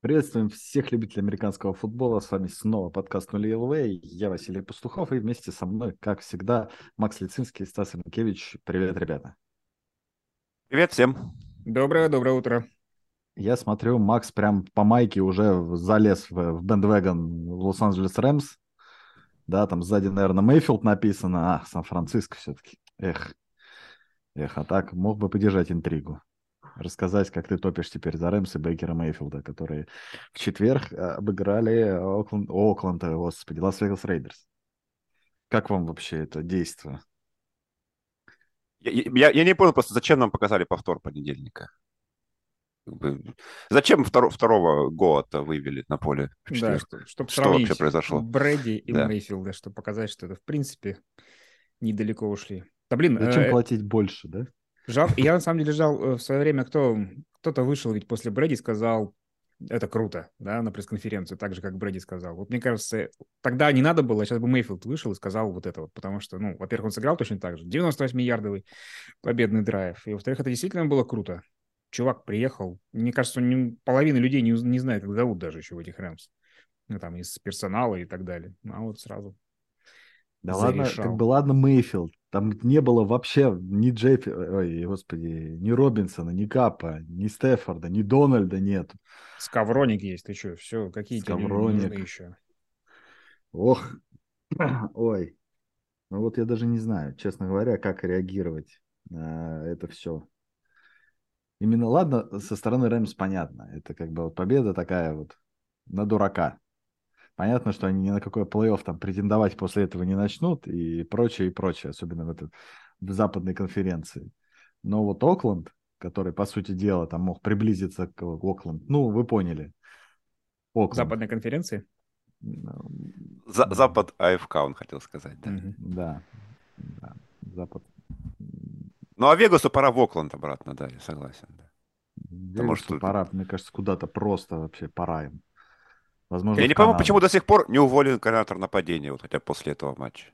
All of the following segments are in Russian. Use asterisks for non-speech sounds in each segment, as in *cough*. Приветствуем всех любителей американского футбола. С вами снова подкаст «Нули ЛВ». Я Василий Пастухов. И вместе со мной, как всегда, Макс Лицинский и Стас Инкевич. Привет, ребята. Привет всем. Доброе-доброе утро. Я смотрю, Макс прям по майке уже залез в, в бендвеган Лос-Анджелес Рэмс. Да, там сзади, наверное, Мейфилд написано. А, Сан-Франциско все-таки. Эх. Эх, а так мог бы поддержать интригу рассказать, как ты топишь теперь за Рэмс и Бейкера Мейфилда, которые в четверг обыграли Окленд, О, Окленд господи, Лас-Вегас Рейдерс. Как вам вообще это действие? Я, я, я не понял просто, зачем нам показали повтор понедельника? Зачем второ, второго Гоата вывели на поле в четверг? Да, чтобы что вообще произошло? Брэди и да. Мейфилда, чтобы показать, что это, в принципе, недалеко ушли. Да блин, Зачем э... платить больше, да? Жав... Я на самом деле ждал э, в свое время, кто... кто-то вышел ведь после Брэди сказал, это круто, да, на пресс-конференцию, так же, как Брэди сказал. Вот мне кажется, тогда не надо было, сейчас бы Мейфилд вышел и сказал вот это вот, потому что, ну, во-первых, он сыграл точно так же, 98-ярдовый победный драйв, и, во-вторых, это действительно было круто. Чувак приехал, мне кажется, не... половина людей не, не знает, как зовут даже еще в этих Рэмс, ну, там, из персонала и так далее, а вот сразу да зарешал. ладно, как бы ладно Мейфилд. Там не было вообще ни Джеффи, ой, господи, ни Робинсона, ни Капа, ни Стефорда, ни Дональда нет. Скавроник есть, ты что, все, какие Скавроник. тебе нужны еще? Ох, *clears throat* ой. Ну вот я даже не знаю, честно говоря, как реагировать на это все. Именно, ладно, со стороны Рэмс понятно. Это как бы вот победа такая вот на дурака. Понятно, что они ни на какой плей-офф там претендовать после этого не начнут и прочее, и прочее, особенно в, этой, в западной конференции. Но вот Окленд, который, по сути дела, там мог приблизиться к Окленд, ну, вы поняли. Окленд. Западной конференции? За, запад АФК, он хотел сказать, да. Угу. Да, да, Запад. Ну, а Вегасу пора в Окленд обратно, да, я согласен. Да. Вегасу Потому что... пора, мне кажется, куда-то просто вообще пора им. Возможно, я не понимаю, почему до сих пор не уволен координатор нападения, вот хотя после этого матча.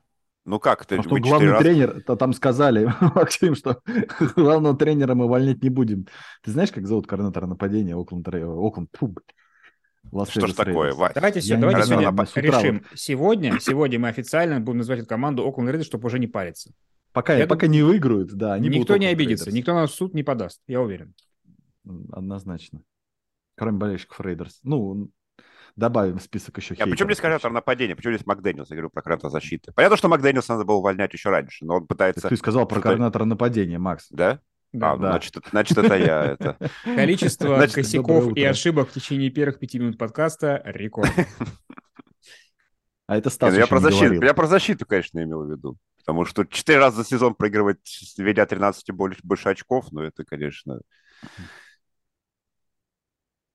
Ну как ты? Потому что главный раз... тренер, то там сказали, *laughs* Максим, что главного тренера мы увольнять не будем. Ты знаешь, как зовут координатора нападения Окленд? Окленд Пуб. Что ж такое, Вась? Давайте, все, давайте сегодня нап... решим. а Вот. Сегодня, сегодня мы официально будем называть эту команду Окленд Рейдерс, чтобы уже не париться. Пока, я пока не выиграют, да. Они никто не обидится, никто нас в суд не подаст, я *laughs* уверен. Однозначно. Кроме болельщиков Рейдерс. Ну, добавим в список еще хейтеров. А почему здесь координатор нападения? Почему здесь Макдэниелс? Я говорю про координатор защиты. Понятно, что Макдэниелс надо было увольнять еще раньше, но он пытается... Так ты сказал про координатора нападения, Макс. Да? Да. А, да. Значит, значит, это я. Это... Количество значит, косяков и ошибок в течение первых пяти минут подкаста *laughs* рекорд. А это Стас ну я, про защиту, я про защиту, конечно, имел в виду. Потому что четыре раза за сезон проигрывать, ведя 13 и больше, больше очков, ну это, конечно...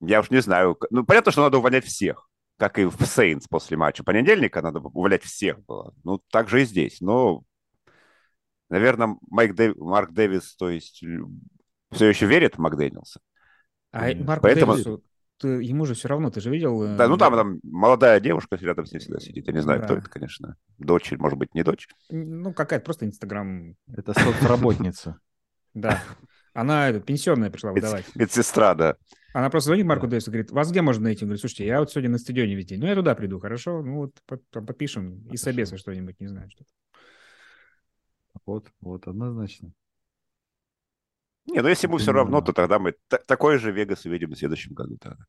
Я уж не знаю. Ну, понятно, что надо увольнять всех. Как и в Сейнс после матча понедельника надо увольнять всех было. Ну, так же и здесь. Но, наверное, Майк Дэв... Марк Дэвис, то есть, все еще верит в Макдэниелса. А Марк Поэтому... Дэвису, ты, ему же все равно, ты же видел... э, Да, ну там, там молодая девушка рядом с ним всегда сидит. Я не знаю, да. кто это, конечно. Дочь, может быть, не дочь. *laughs* Ну, какая-то просто *laughs* Инстаграм... Это соцработница. Да. Она пенсионная пришла выдавать. Медсестра, да. Она просто звонит Марку да. Дэвису, говорит, вас где можно найти? Он говорит, слушайте, я вот сегодня на стадионе везде. Ну, я туда приду, хорошо? Ну, вот под, там подпишем и собеса что-нибудь, не знаю что. Вот, вот, однозначно. Не, ну если ему все равно, то тогда мы т- такой же Вегас увидим в следующем году тогда.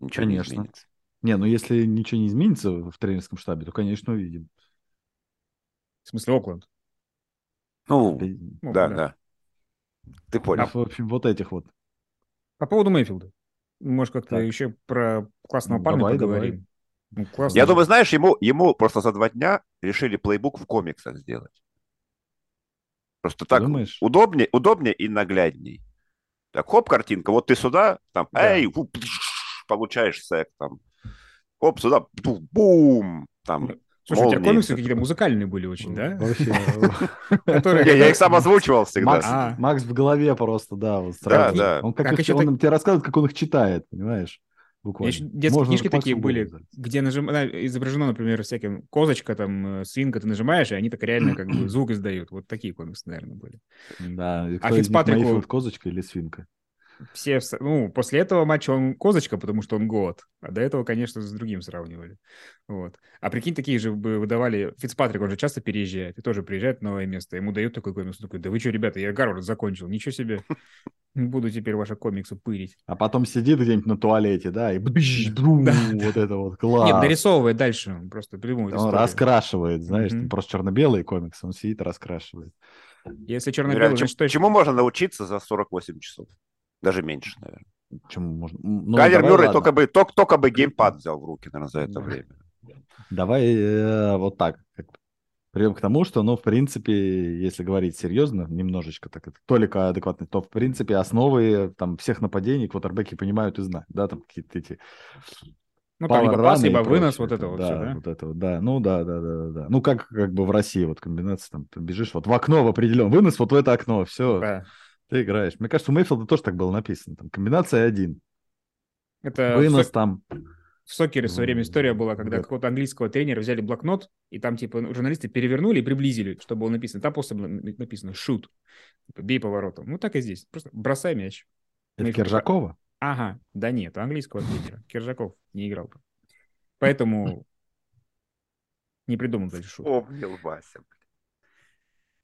Ничего конечно. не изменится. Не, ну если ничего не изменится в тренерском штабе, то, конечно, увидим. В смысле, Окленд? Ну, ну да, да, да. Ты понял. А, в общем, вот этих вот. По поводу Мэйфилда. Может, как-то так. еще про классного ну, парня давай, поговорим. Давай. Ну, классный Я же. думаю, знаешь, ему, ему просто за два дня решили плейбук в комиксах сделать. Просто так Думаешь? удобнее, удобнее и наглядней. Так, хоп, картинка, вот ты сюда, там, да. эй, фу, пш, получаешь сек, там, хоп, сюда, бу, бум, там, Слушай, Молния, у тебя комиксы какие-то музыкальные были очень, да? *laughs* Вообще. Я их сам озвучивал А. всегда. Макс в голове просто, да. Да, да. Он тебе рассказывает, как он их читает, понимаешь? Буквально. Детские книжки такие были, где изображено, например, всяким козочка, там, э, свинка, ты нажимаешь, и они так реально как *clears throat* бы звук издают. Вот такие комиксы, наверное, были. Да. А Фицпатрик... Козочка или свинка? все, вс- ну, после этого матча он козочка, потому что он год. А до этого, конечно, с другим сравнивали. Вот. А прикинь, такие же бы выдавали... Фицпатрик, он же часто переезжает, и тоже приезжает в новое место. Ему дают такой комикс. Он такой, да вы что, ребята, я Гарвард закончил. Ничего себе. Буду теперь ваши комиксы пырить. А потом сидит где-нибудь на туалете, да, и бдыщ, брум, Да. вот это вот, класс. *laughs* Ну, Нет, дорисовывает дальше. он Просто придумывает Он историю. раскрашивает, знаешь, там Мгм. просто черно-белые комиксы, он сидит и раскрашивает. Если черно-белый, Реально, чем- значит, точно. Чему можно научиться за 48 часов? Даже меньше, наверное. Чему можно... М, ну, Кавер давай, Мюррей ладно. только бы, только, только бы геймпад взял в руки, наверное, за это Да. время. Давай э, вот так. как-то. Придем к тому, что, ну, в принципе, если говорить серьезно, немножечко так, это только адекватно, то, в принципе, основы э, там всех нападений квотербеки понимают и знают, да, там какие-то эти Ну, там либо пауэрраны пас, и либо вынос, прочее, вот это там, вот да, все, да? вот это вот, да, ну да, да, да, да, да. Ну как как бы в России вот комбинация там, ты бежишь вот в окно в определенном, вынос вот в это окно, все, Да. ты играешь. Мне кажется, у Мейфилда тоже так было написано, там комбинация один, Это вынос там, В сокере в свое время история была, когда Да. какого-то английского тренера взяли блокнот, и там типа ну, журналисты перевернули и приблизили, что было написано. Там просто было на- написано «шут», типа, бей поворотом. Ну так и здесь, просто бросай мяч. это Мейфилд- Киржакова. Ага, да нет, английского тренера. Киржаков не играл. бы. Поэтому не придумал дальше шут. Вспомнил, Вася.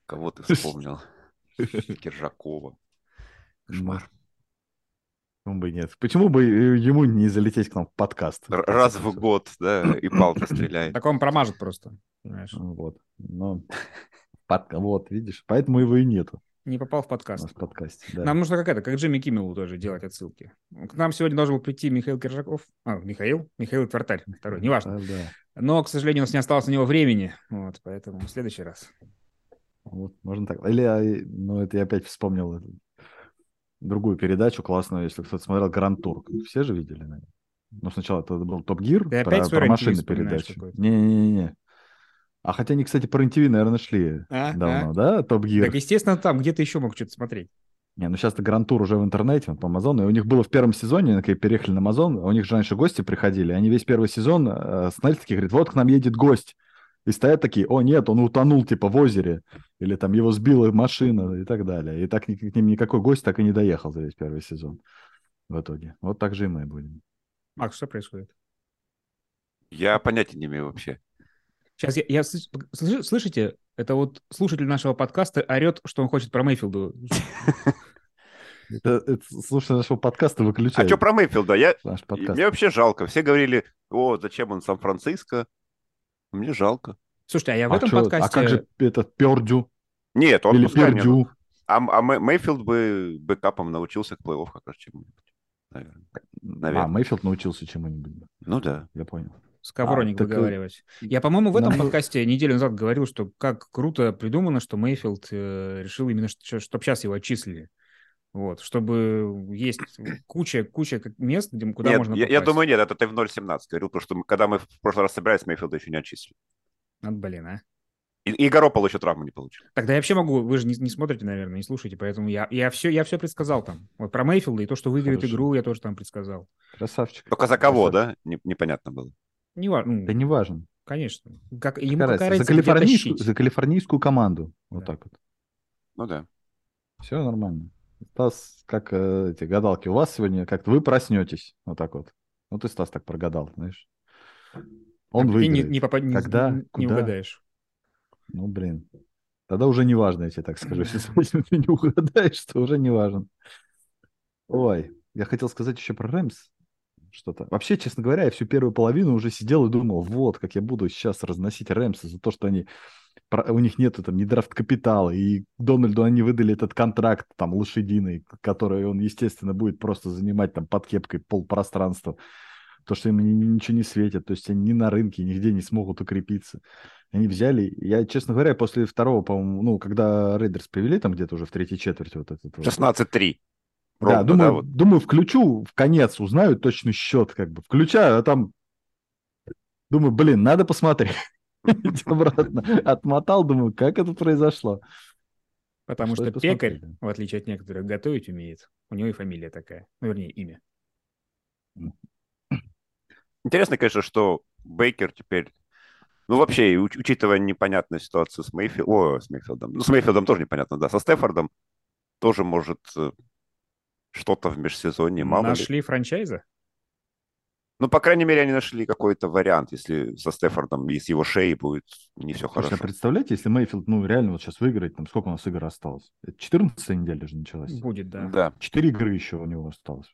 Кого ты вспомнил? Киржакова. Кошмар. Почему бы и нет? Почему бы э, ему не залететь к нам в подкаст? Р- Раз в год, да, и палка стреляет. Так он промажет просто. понимаешь. Вот. Но... подка- Вот, видишь, поэтому его и нету Не попал в у подкаст. нас в подкасте. да. Нам нужно как это, как Джимми Киммелу тоже делать отсылки. К нам сегодня должен был прийти Михаил Киржаков. А, Михаил? Михаил Твартарь, второй, э, неважно. А, Да, да. Но, к сожалению, у нас не осталось на него времени. Вот, поэтому в следующий раз. Вот, можно так. Или, а, и- ну, это я опять вспомнил эту другую передачу классную, если кто-то смотрел Гранд Тур. Все же видели, наверное. Ну, сначала это был Топ Гир, Ты про, опять свою про рен-тв машины вспоминаешь передачу. какую-то? Не-не-не. А хотя они, кстати, про НТВ, наверное, шли А, давно, да? Топ Гир. Так, естественно, там где-то еще мог что-то смотреть. Не, ну сейчас-то Грантур уже в интернете, он по Амазону. И у них было в первом сезоне, они такие переехали на Амазон, а у них же раньше гости приходили, они весь первый сезон э, становились такие, говорит, вот к нам едет гость. И стоят такие, о нет, он утонул типа в озере, или там его сбила машина и так далее. И так ни- к ним никакой гость так и не доехал за весь первый сезон в итоге. Вот так же и мы будем. Макс, что происходит? Я понятия не имею вообще. Сейчас я, я слыш- слыши- слышите, это вот слушатель нашего подкаста орет, что он хочет про Мейфилду. Это, это, слушай, нашего подкаста А выключают. что про Мейфилда? Я, Наш И подкаст. Мне вообще жалко. Все говорили, о, зачем он в Сан-Франциско? Мне жалко. Слушайте, а я в А этом чё- подкасте... А как же этот Пердю Нет, он или пускай не- Пердю? А, а Мэ- Мэйфилд бы бэкапом научился к плей-офф как раз чему-нибудь. Наверное. А, Наверное. Мэйфилд научился чему-нибудь. Ну да. Я понял. Сковородник А, так, э, выговаривать. Я, по-моему, в этом нам бы- подкасте неделю назад говорил, что как круто придумано, что Мейфилд э, решил именно, чтобы сейчас его отчислили. Вот, чтобы есть куча, куча как- мест, где, куда Нет, можно я, я попасть. думаю, нет, это ты в 0.17 говорил, потому что мы- когда мы в прошлый раз собирались, Мэйфилда еще не отчислили. От, блин, а. И, и Гаропол еще травму не получил. Тогда я вообще могу, вы же не, не смотрите, наверное, не слушаете, поэтому я, я, все, я все предсказал там. Вот про Мейфилда и то, что выиграет Хорошо. игру, я тоже там предсказал. Красавчик. Только за кого, да? Не- непонятно было. Не важно, ну, Да не важно. конечно. Как, ему Какая разница? какая за, разница, где калифорнийскую, тащить? за калифорнийскую команду. Вот Да. так вот. Ну да. Все нормально. Стас, как э, эти гадалки, у вас сегодня как-то вы проснетесь. Вот так вот. Ну ты, Стас, так прогадал, знаешь. Он Как ты не, выиграет. не, попад- не- Когда? не Куда? угадаешь. Ну, блин. Тогда уже не важно, я тебе так скажу. *laughs* Если сегодня ты не угадаешь, то уже не важно. Ой, я хотел сказать еще про Рэмс. Что-то. Вообще, честно говоря, я всю первую половину уже сидел и думал, вот, как я буду сейчас разносить Рэмса за то, что они про- у них нету там ни драфт капитала, и Дональду они выдали этот контракт там лошадиный, который он, естественно, будет просто занимать там под кепкой полпространства. То, что им ни- ни- ничего не светит, то есть они ни на рынке, нигде не смогут укрепиться. Они взяли, я, честно говоря, после второго, по-моему, ну, когда Рейдерс повели там где-то уже в третьей четверти вот этот вот. 16-3. Да, Ровно, думаю, вот. думаю, включу в конец, узнаю точный счет, как бы. Включаю, а там думаю, блин, надо посмотреть. *laughs* Идти обратно. Отмотал, думаю, как это произошло. Потому что, Стоит пекарь, посмотреть, в отличие от некоторых, готовить умеет. У него и фамилия такая. Ну, вернее, имя. Интересно, конечно, что Бейкер теперь... Ну, вообще, и уч- учитывая непонятную ситуацию с Мейфилдом... О, с Мейфилдом. Ну, с Мейфилдом тоже непонятно, да. Со Стефордом тоже может э, что-то в межсезонье, мало ли. Нашли франчайза? Ну, по крайней мере, они нашли какой-то вариант, если со Стефордом и с его шеей будет не все Слушай, а хорошо. представляете, если Мейфилд, ну, реально вот сейчас выиграет, там сколько у нас игр осталось? Это 14 неделя же началась. Будет, да. Да. Четыре игры еще у него осталось.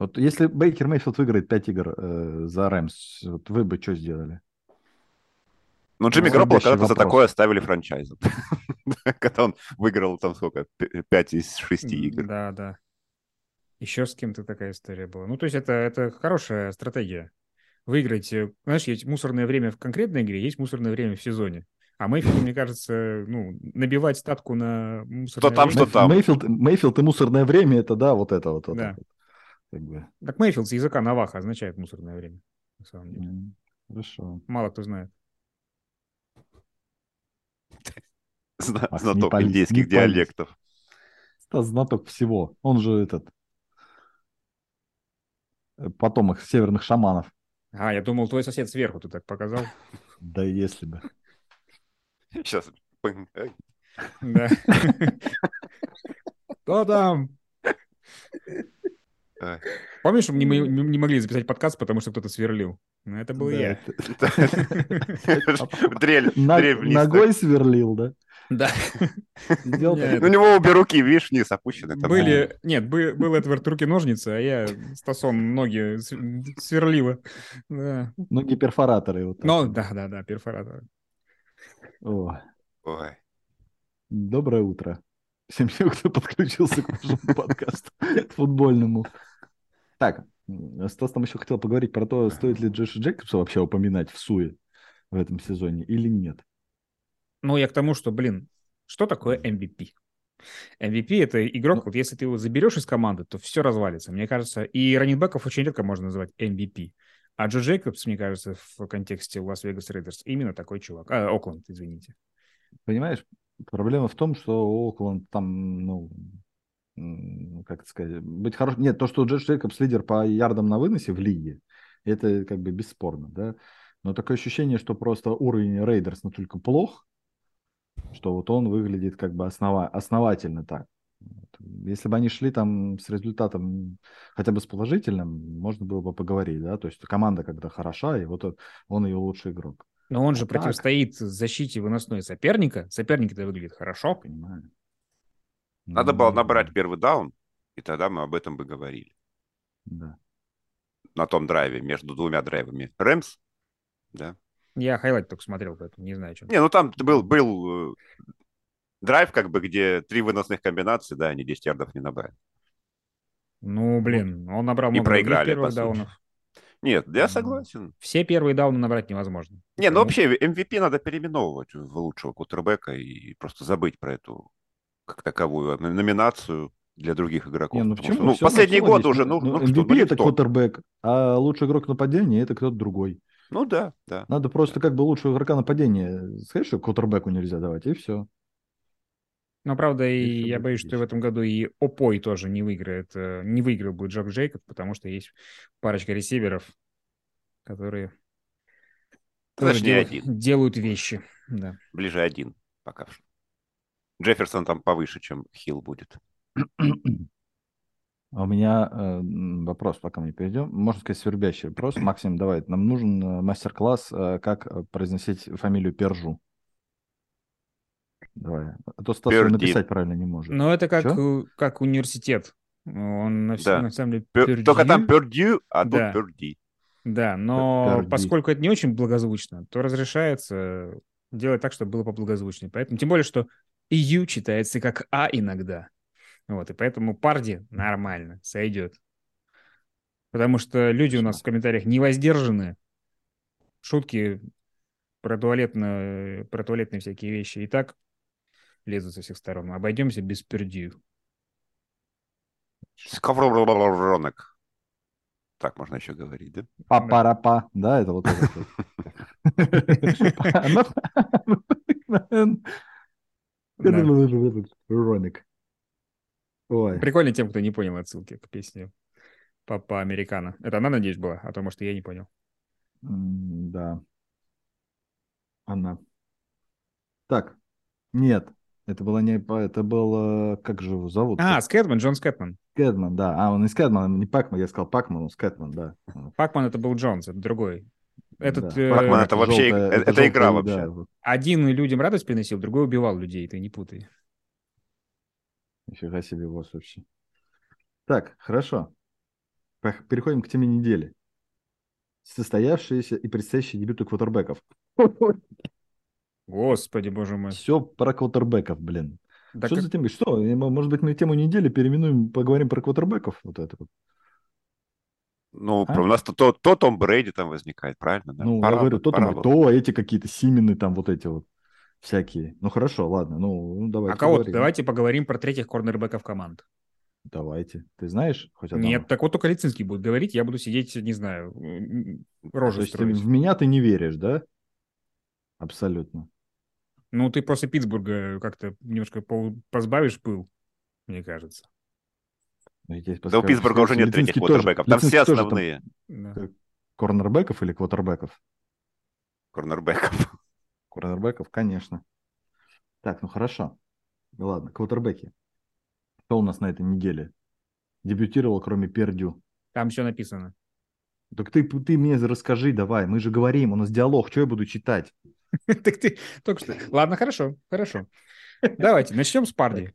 Вот если Бейкер Мейфилд выиграет 5 игр э, за Рэмс, вот вы бы что сделали? Ну, Джимми Гропполо Следующий когда-то за вопрос. такое оставили франчайзом. *laughs* Когда он выиграл там сколько? 5 из 6 игр. Да, да. Еще с кем-то такая история была. Ну, то есть это, это хорошая стратегия. Выиграть, э, знаешь, есть мусорное время в конкретной игре, есть мусорное время в сезоне. А Мэйфилду, мне кажется, ну, набивать статку на мусорное там, время- Ну, что там? Мейфилд, Мейфилд и мусорное время, это да, вот это вот. вот Да. это вот. Как бы, Так Мэйфилд с языка Наваха означает мусорное время. На самом деле. м, Хорошо. Мало кто знает. *laughs* Зна- Ах, А, не Знаток палить, не индейских палить. диалектов. Стас знаток всего. Он же этот э, потомок северных шаманов. А, я думал, твой сосед сверху ты так показал. Да если бы. Сейчас. пынь. Ай. *laughs* *laughs* Да. Кто там? Ай. Помнишь, мы не мо- не могли записать подкаст, потому что кто-то сверлил? Ну, это был Да, я. это- Дрель, Ног- дрель вниз. ногой сверлил, да? *laughs* Да. Сделал Я так. Ну, У него обе руки, видишь, вниз опущены. там. Были, нет, бы- был Эдвард руки-ножницы, а я Стасон ноги с- сверлила. Да. Ноги перфораторы. ну, Вот так. Ну, да-да-да, перфоратор. О, Ой. доброе утро. Всем, *laughs* тем, кто подключился к нашему *laughs* подкасту футбольному. Так, м, Стас там еще хотел поговорить про то, стоит ли Джоша Джекобса вообще упоминать в Суе в этом сезоне или нет. Ну, я к тому, что, блин, что такое MVP? MVP — это игрок, Ну- вот если ты его заберешь из команды, то все развалится, мне кажется. И раннинбеков очень редко можно назвать MVP. А Джо Джейкобс, мне кажется, в контексте Лас-Вегас Рейдерс, именно такой чувак. А, Окленд, извините. Понимаешь, проблема в том, что Окленд там, ну, м, как это сказать, быть хорошим. Нет, то, что Джордж Джейкобс лидер по ярдам на выносе в лиге, это как бы бесспорно, да. Но такое ощущение, что просто уровень Рейдерс настолько плох, что вот он выглядит как бы основа... основательно так. Вот. Если бы они шли там с результатом хотя бы с положительным, можно было бы поговорить, да. То есть команда когда хороша, и вот он ее лучший игрок. Но Ну он же А так? противостоит защите выносной соперника. Соперник-то выглядит хорошо. Понимаю. Надо было Ну, набрать первый даун, и тогда мы об этом бы говорили. Да. На том драйве, между двумя драйвами. Рэмс, да. Я хайлайт только смотрел, поэтому не знаю, о чем. Не, ну там был, был э, драйв, как бы, где три выносных комбинации, да, они 10 ярдов не набрали. Ну, блин, он набрал И много других проиграли, по первых сути. даунов. Нет, я Мгм. согласен. Все первые дауны набрать невозможно. Не, ну Ну. вообще MVP надо переименовывать в лучшего кутербека и просто забыть про эту как таковую н- номинацию для других игроков. Не, ну Потому что, почему? ну, Всё последние начало годы здесь. уже, ну, ну, что, MVP ну, это никто. квотербек, а лучший игрок нападения это кто-то другой. Ну да, да. Надо просто как бы лучшего игрока нападения сказать, что квотербеку нельзя давать, и все. Но, правда, Здесь и всё я будет боюсь, что в отлично. этом году и Опой тоже не выиграет, э, не выиграл будет Джок Джейкоб, потому что есть парочка ресиверов, которые тоже Точнее, делают, Ну, один. делают вещи. Да. Ближе один пока что. Джефферсон там повыше, чем Хилл будет. А у меня э, м, вопрос, пока мы не перейдем. Можно сказать, свербящий вопрос. Максим, давай, нам нужен э, мастер-класс, э, как э, произносить фамилию Пержу. Давай. А то Стас её Перди. написать правильно не может. Но это как, Чё? э, как университет. Он на, вс- Да. на самом деле Пер- Purdue. Только там Пердью, а Да. тут Перди. Да, но Purdue. поскольку это не очень благозвучно, то разрешается делать так, чтобы было поблагозвучнее. Поэтому, тем более, что ю читается как А иногда. Вот, и поэтому парди нормально, сойдет. Потому что люди у нас в комментариях не воздержаны. Шутки про, туалетно, про туалетные всякие вещи и так лезут со всех сторон. Обойдемся без пердью. Сковронок. Так можно еще говорить, да? Папарапа, да, это вот это *laughs* вот. Да. Роник. Ой, *laughs* Прикольно тем, кто не понял отсылки к песне Папа Американо. Это она, надеюсь, была, а то, может, и я не понял. м, да. Она. Так, нет. Это было не... Это было... Как же его зовут? А, Скэтман, Джон Скэтман. Скэтман, да. А, он не Скэтман, не Пакман. Я сказал Пакман, он Скэтман, да. Пакман это был Джонс, это другой. Этот, Да. э, Пакман это вообще... Желтая- это, это игра желтая, вообще. да, вот. Один людям радость приносил, другой убивал людей, ты не путай. Нифига себе ВОЗ вообще. Так, хорошо. Пох- Переходим к теме недели. Состоявшиеся и предстоящие дебюты квотербеков. Господи, боже мой. Все про квотербеков, блин. Да что как- за тема? Что? э, мо- Может быть, мы тему недели переименуем, поговорим про квотербеков? Вот это вот. Ну, А? про- у нас то, то, то Том Брейди там возникает, правильно? да? ну, Пора я говорю, бы, то, там, пора бы. то, а эти какие-то Симины там вот эти вот всякие. Ну, хорошо, ладно, ну, ну, давайте. А кого? поговорим. Давайте поговорим про третьих корнербеков команд. Давайте. Ты знаешь хоть одного? Нет, так вот только Лицинский будет говорить, я буду сидеть, не знаю, м, То рожу есть ты- строить. в меня ты не веришь, да? Абсолютно. Ну, ты после Питтсбурга как-то немножко пол- позбавишь пыл, мне кажется. Ну, я тебе Да у подскажу, Питтсбурга уже нет Литвинский третьих тоже- квотербеков. Там все Литвинский тоже там основные Да. Э. Корнербеков или квотербеков? корнербеков. Корнербеков, конечно. Так, ну хорошо. Ну Ладно, квотербеки. Кто у нас на этой неделе дебютировал, кроме Пердю? Там все написано. Так ты, ты мне расскажи давай, мы же говорим, у нас диалог, что я буду читать? *laughs* Так ты только что... Ладно, хорошо, хорошо. Давайте, начнем с Парди.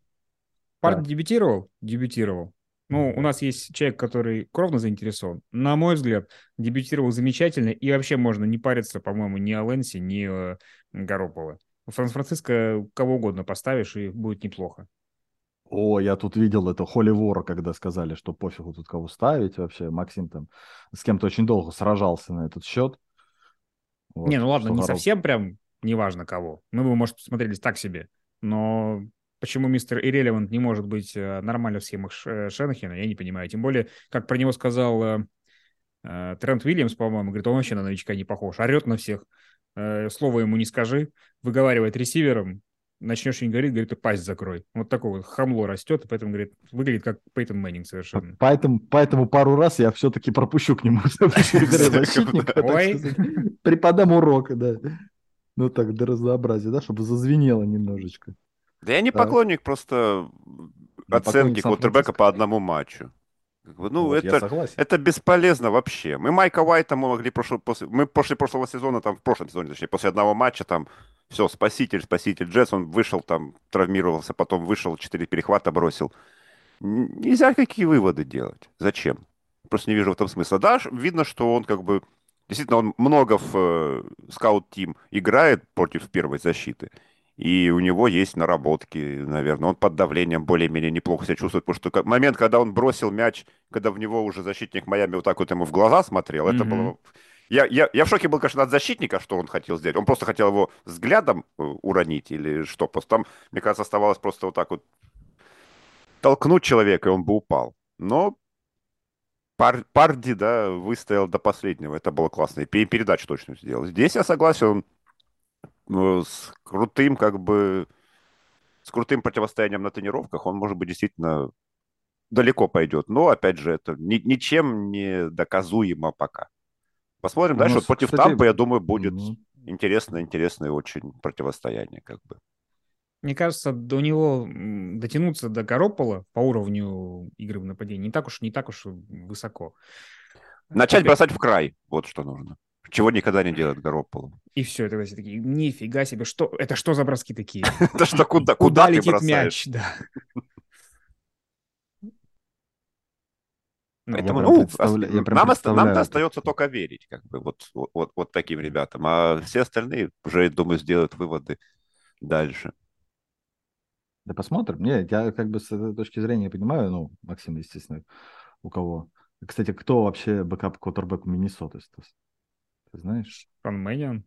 Парди Так. дебютировал? Дебютировал. Ну, у нас есть человек, который кровно заинтересован. На мой взгляд, дебютировал замечательно, и вообще можно не париться, по-моему, ни о Лэнсе, ни о Гарополе. В Сан-Франциско кого угодно поставишь, и будет неплохо. О, я тут видел это Холли Вора, когда сказали, что пофигу тут кого ставить вообще. Максим там с кем-то очень долго сражался на этот счет. Вот, не, ну ладно, что не народ- совсем прям неважно кого. Мы бы, может, смотрелись так себе. Но почему мистер Ирелевант не может быть э, нормально в схемах Ш- э, Шенахена, я не понимаю. Тем более, как про него сказал э, э, Трент Уильямс, по-моему, говорит, он вообще на новичка не похож, орет на всех. Э, Слово ему не скажи, выговаривает ресивером, начнешь не говорить, говорит, ты пасть закрой. Вот такое вот хамло растет, и поэтому, говорит, выглядит как Пейтон Мэннинг совершенно. Поэтому, поэтому пару раз я все-таки пропущу к нему *laughs* следующего защитника, так Ой. сказать. Преподам урок, да. Ну так, до разнообразия, да, чтобы зазвенело немножечко. *laughs* Да я не Да. поклонник просто Да, оценки поклонник квотербека Сан-Франциско. по одному матчу. Как бы, Ну, Вот, я это, согласен. это бесполезно вообще. Мы Майка Уайта мы могли прошло- после, мы после прошлого сезона, там, в прошлом сезоне, точнее, после одного матча, там, все, спаситель, спаситель Джетс, он вышел там, травмировался, потом вышел, 4 перехвата бросил. Н- Нельзя какие выводы делать. Зачем? Просто не вижу в этом смысла. Да, ш- видно, что он как бы... Действительно, он много в э, скаут-тим играет против первой защиты. И у него есть наработки, наверное. Он под давлением более-менее неплохо себя чувствует. Потому что ка- момент, когда он бросил мяч, когда в него уже защитник Майами вот так вот ему в глаза смотрел, это Мгм. было... Я, я, я в шоке был, конечно, от защитника, что он хотел сделать. Он просто хотел его взглядом э, уронить или что. Просто там, мне кажется, оставалось просто вот так вот толкнуть человека, и он бы упал. Но пар, Парди, да, выстоял до последнего. Это было классно. И пе- передачу точно сделал. Здесь я согласен, он ну, с крутым, как бы, с крутым противостоянием на тренировках, он, может быть, действительно далеко пойдет. Но, опять же, это ни- ничем не доказуемо пока. Посмотрим У дальше. нас, Вот против кстати, Тампы, я думаю, будет Ну, интересное, интересное очень противостояние, как бы. Мне кажется, до него м, дотянуться до Гаропола по уровню игры в нападении не так уж не так уж высоко. Начать Опять- бросать в край. Вот что нужно. Чего никогда не делает *laughs* Гаропполо. И все, тогда все такие, нифига себе, что это что за *laughs* броски такие? Да что, куда, Куда куда ты летит бросаешь? *laughs* мяч? Да. Ну, Поэтому, Я ну, прям представля- ост- я прям нам, ост- представляю нам-то это. остается только верить, как бы, вот, вот- вот, вот таким ребятам. А все остальные уже, думаю, сделают выводы дальше. Да посмотрим. Нет, я как бы с этой точки зрения понимаю, ну, Максим, естественно, у кого. Кстати, кто вообще бэкап квотербек Миннесоты? Стас? Ты знаешь? Шон Мэнион.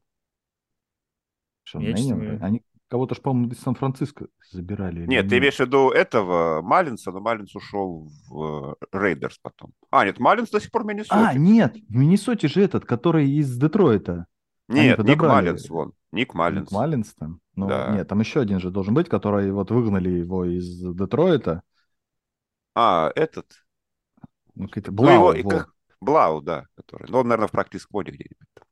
Шон Я, Мэнион, честно, да? Они кого-то ж, по-моему, из Сан-Франциско забирали. или Нет, ты имеешь в виду этого Малинса, но Малинс ушел в э, Рейдерс потом. А, нет, Малинс до сих пор в Миннесоте. А, нет, в Миннесоте же этот, который из Детройта. нет, Ник подобрали. Малинс, вон. Ник Малинс. Ник Малинс там. Ну, Да. нет, там еще один же должен быть, который вот выгнали его из Детройта. А, этот. Ну, какие-то Ну, его Блау, и вот. как- Блау, да. Который. Ну, он, наверное, в практик-скводе где-нибудь. там.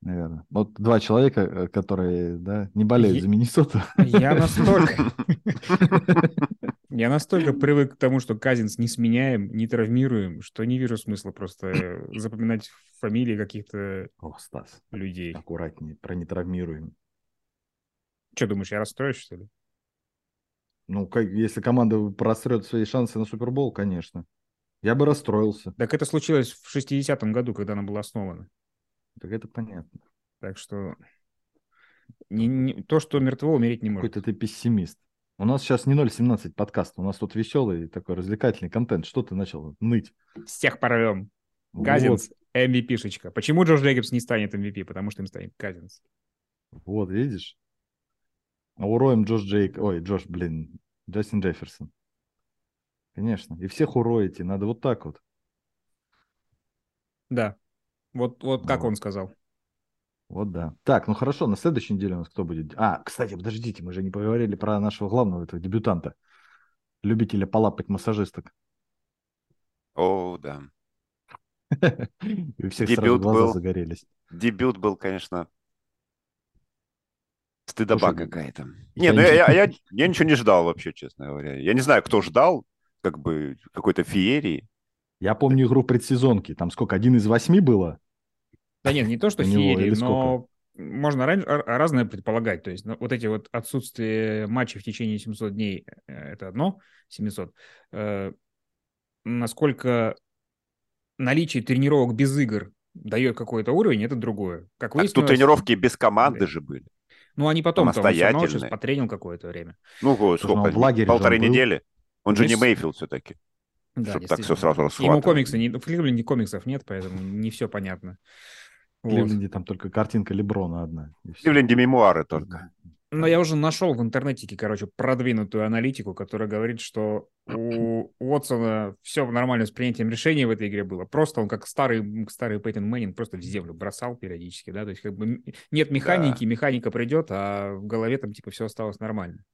Наверное. Вот два человека, э, которые да, не болеют за Миннесоту. *laughs* Я настолько... Я настолько привык к тому, что Казинс не сменяем, не травмируем, что не вижу смысла просто запоминать фамилии каких-то О, Стас, людей. аккуратнее, про не травмируем. Что, думаешь, я расстроюсь, что ли? Ну, как, если команда просрет свои шансы на Супербол, конечно. Я бы расстроился. Так это случилось в 60-м году, когда она была основана. Так это понятно. Так что не, не- то, что мертво, умереть не может. Какой-то ты пессимист. У нас сейчас не 0.17 подкаст, у нас тут веселый такой развлекательный контент. Что ты начал ныть? Всех порвем. Вот, Казинс, MVP-шечка. Почему Джордж Джейкобс не станет MVP? Потому что им станет Казинс. Вот, видишь? А уроем Джош Джейк... Ой, Джош, блин, Джастин Джефферсон. Конечно. И всех уроете. Надо вот так вот. Да. Вот, вот как Вот. он сказал. Вот да. Так, ну хорошо, на следующей неделе у нас кто будет? А, кстати, подождите, мы же не поговорили про нашего главного этого дебютанта. Любителя полапать массажисток. О, да. И у всех сразу Дебют глаза был. загорелись. Дебют был, конечно, стыдоба Слушай, какая-то. я Не, ну не- я, я, я- я ничего не ждал вообще, честно говоря. Я не знаю, кто ждал, как бы какой-то феерии. Я помню игру предсезонки. Там сколько? Один из восьми было? Да нет, не то, что У него феерии, или но можно ран- р- разное предполагать. То есть ну, вот эти вот отсутствие матчей в течение 700 дней, э, это одно, 700. Э, Насколько наличие тренировок без игр дает какой-то уровень, это другое. Так А Как тут выяснилось, тренировки без команды же были. Ну, они потом, там, он всё равно сейчас самостоятельные. потренил какое-то время. Ну, вот Слушай, ну, сколько? в лагере же он полторы был. недели. Он же не Месяц. Мейфилд все-таки, Да, чтобы так все действительно. сразу Ему расхватывать. комиксы, не, в Кливленде комиксов нет, поэтому не все понятно. В Вот. Кливленде там только картинка Леброна одна. и В всё. Кливленде Ну мемуары только. Но я уже нашел в интернетике, короче, продвинутую аналитику, которая говорит, что у Уотсона все нормально с принятием решений в этой игре было. Просто он как старый, старый Пейтон Мэннинг просто в землю бросал периодически, да, то есть как бы м- нет механики, механика придет, а в голове там типа все осталось нормально.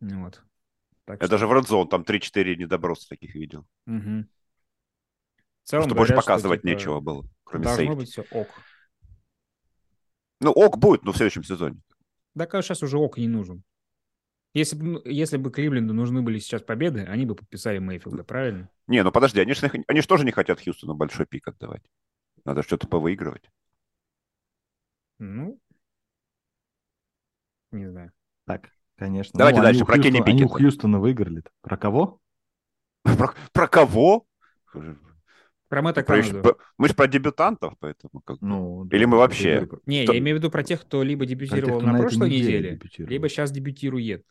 Ну Вот. Так Я что- даже в Red Zone там 3-4 недоброса таких видел. Мгм. Потому В целом что больше говорят, что, показывать типа, нечего было, кроме Должно сейфти. быть все ок. Ну, ок будет, но в следующем сезоне. Да, конечно, сейчас уже ок не нужен. Если бы, если бы Кливленду нужны были сейчас победы, они бы подписали Мейфилда, правильно? Не, ну подожди, они же, они же тоже не хотят Хьюстону большой пик отдавать. Надо что-то повыигрывать. Ну, не знаю. Так, конечно. Ну, Давайте они дальше, у про Кенни Хьюстона- Они у Пикетта. Хьюстона выиграли. Про кого? Про, про кого? Про Мэтта Про еще- Канаду. про- мы же про дебютантов, поэтому как... Ну, Или мы я вообще? говорю про- про Не, Кто- я имею в виду про тех, кто либо дебютировал тех, кто на, этой прошлой неделе, дебютировал. либо сейчас дебютирует.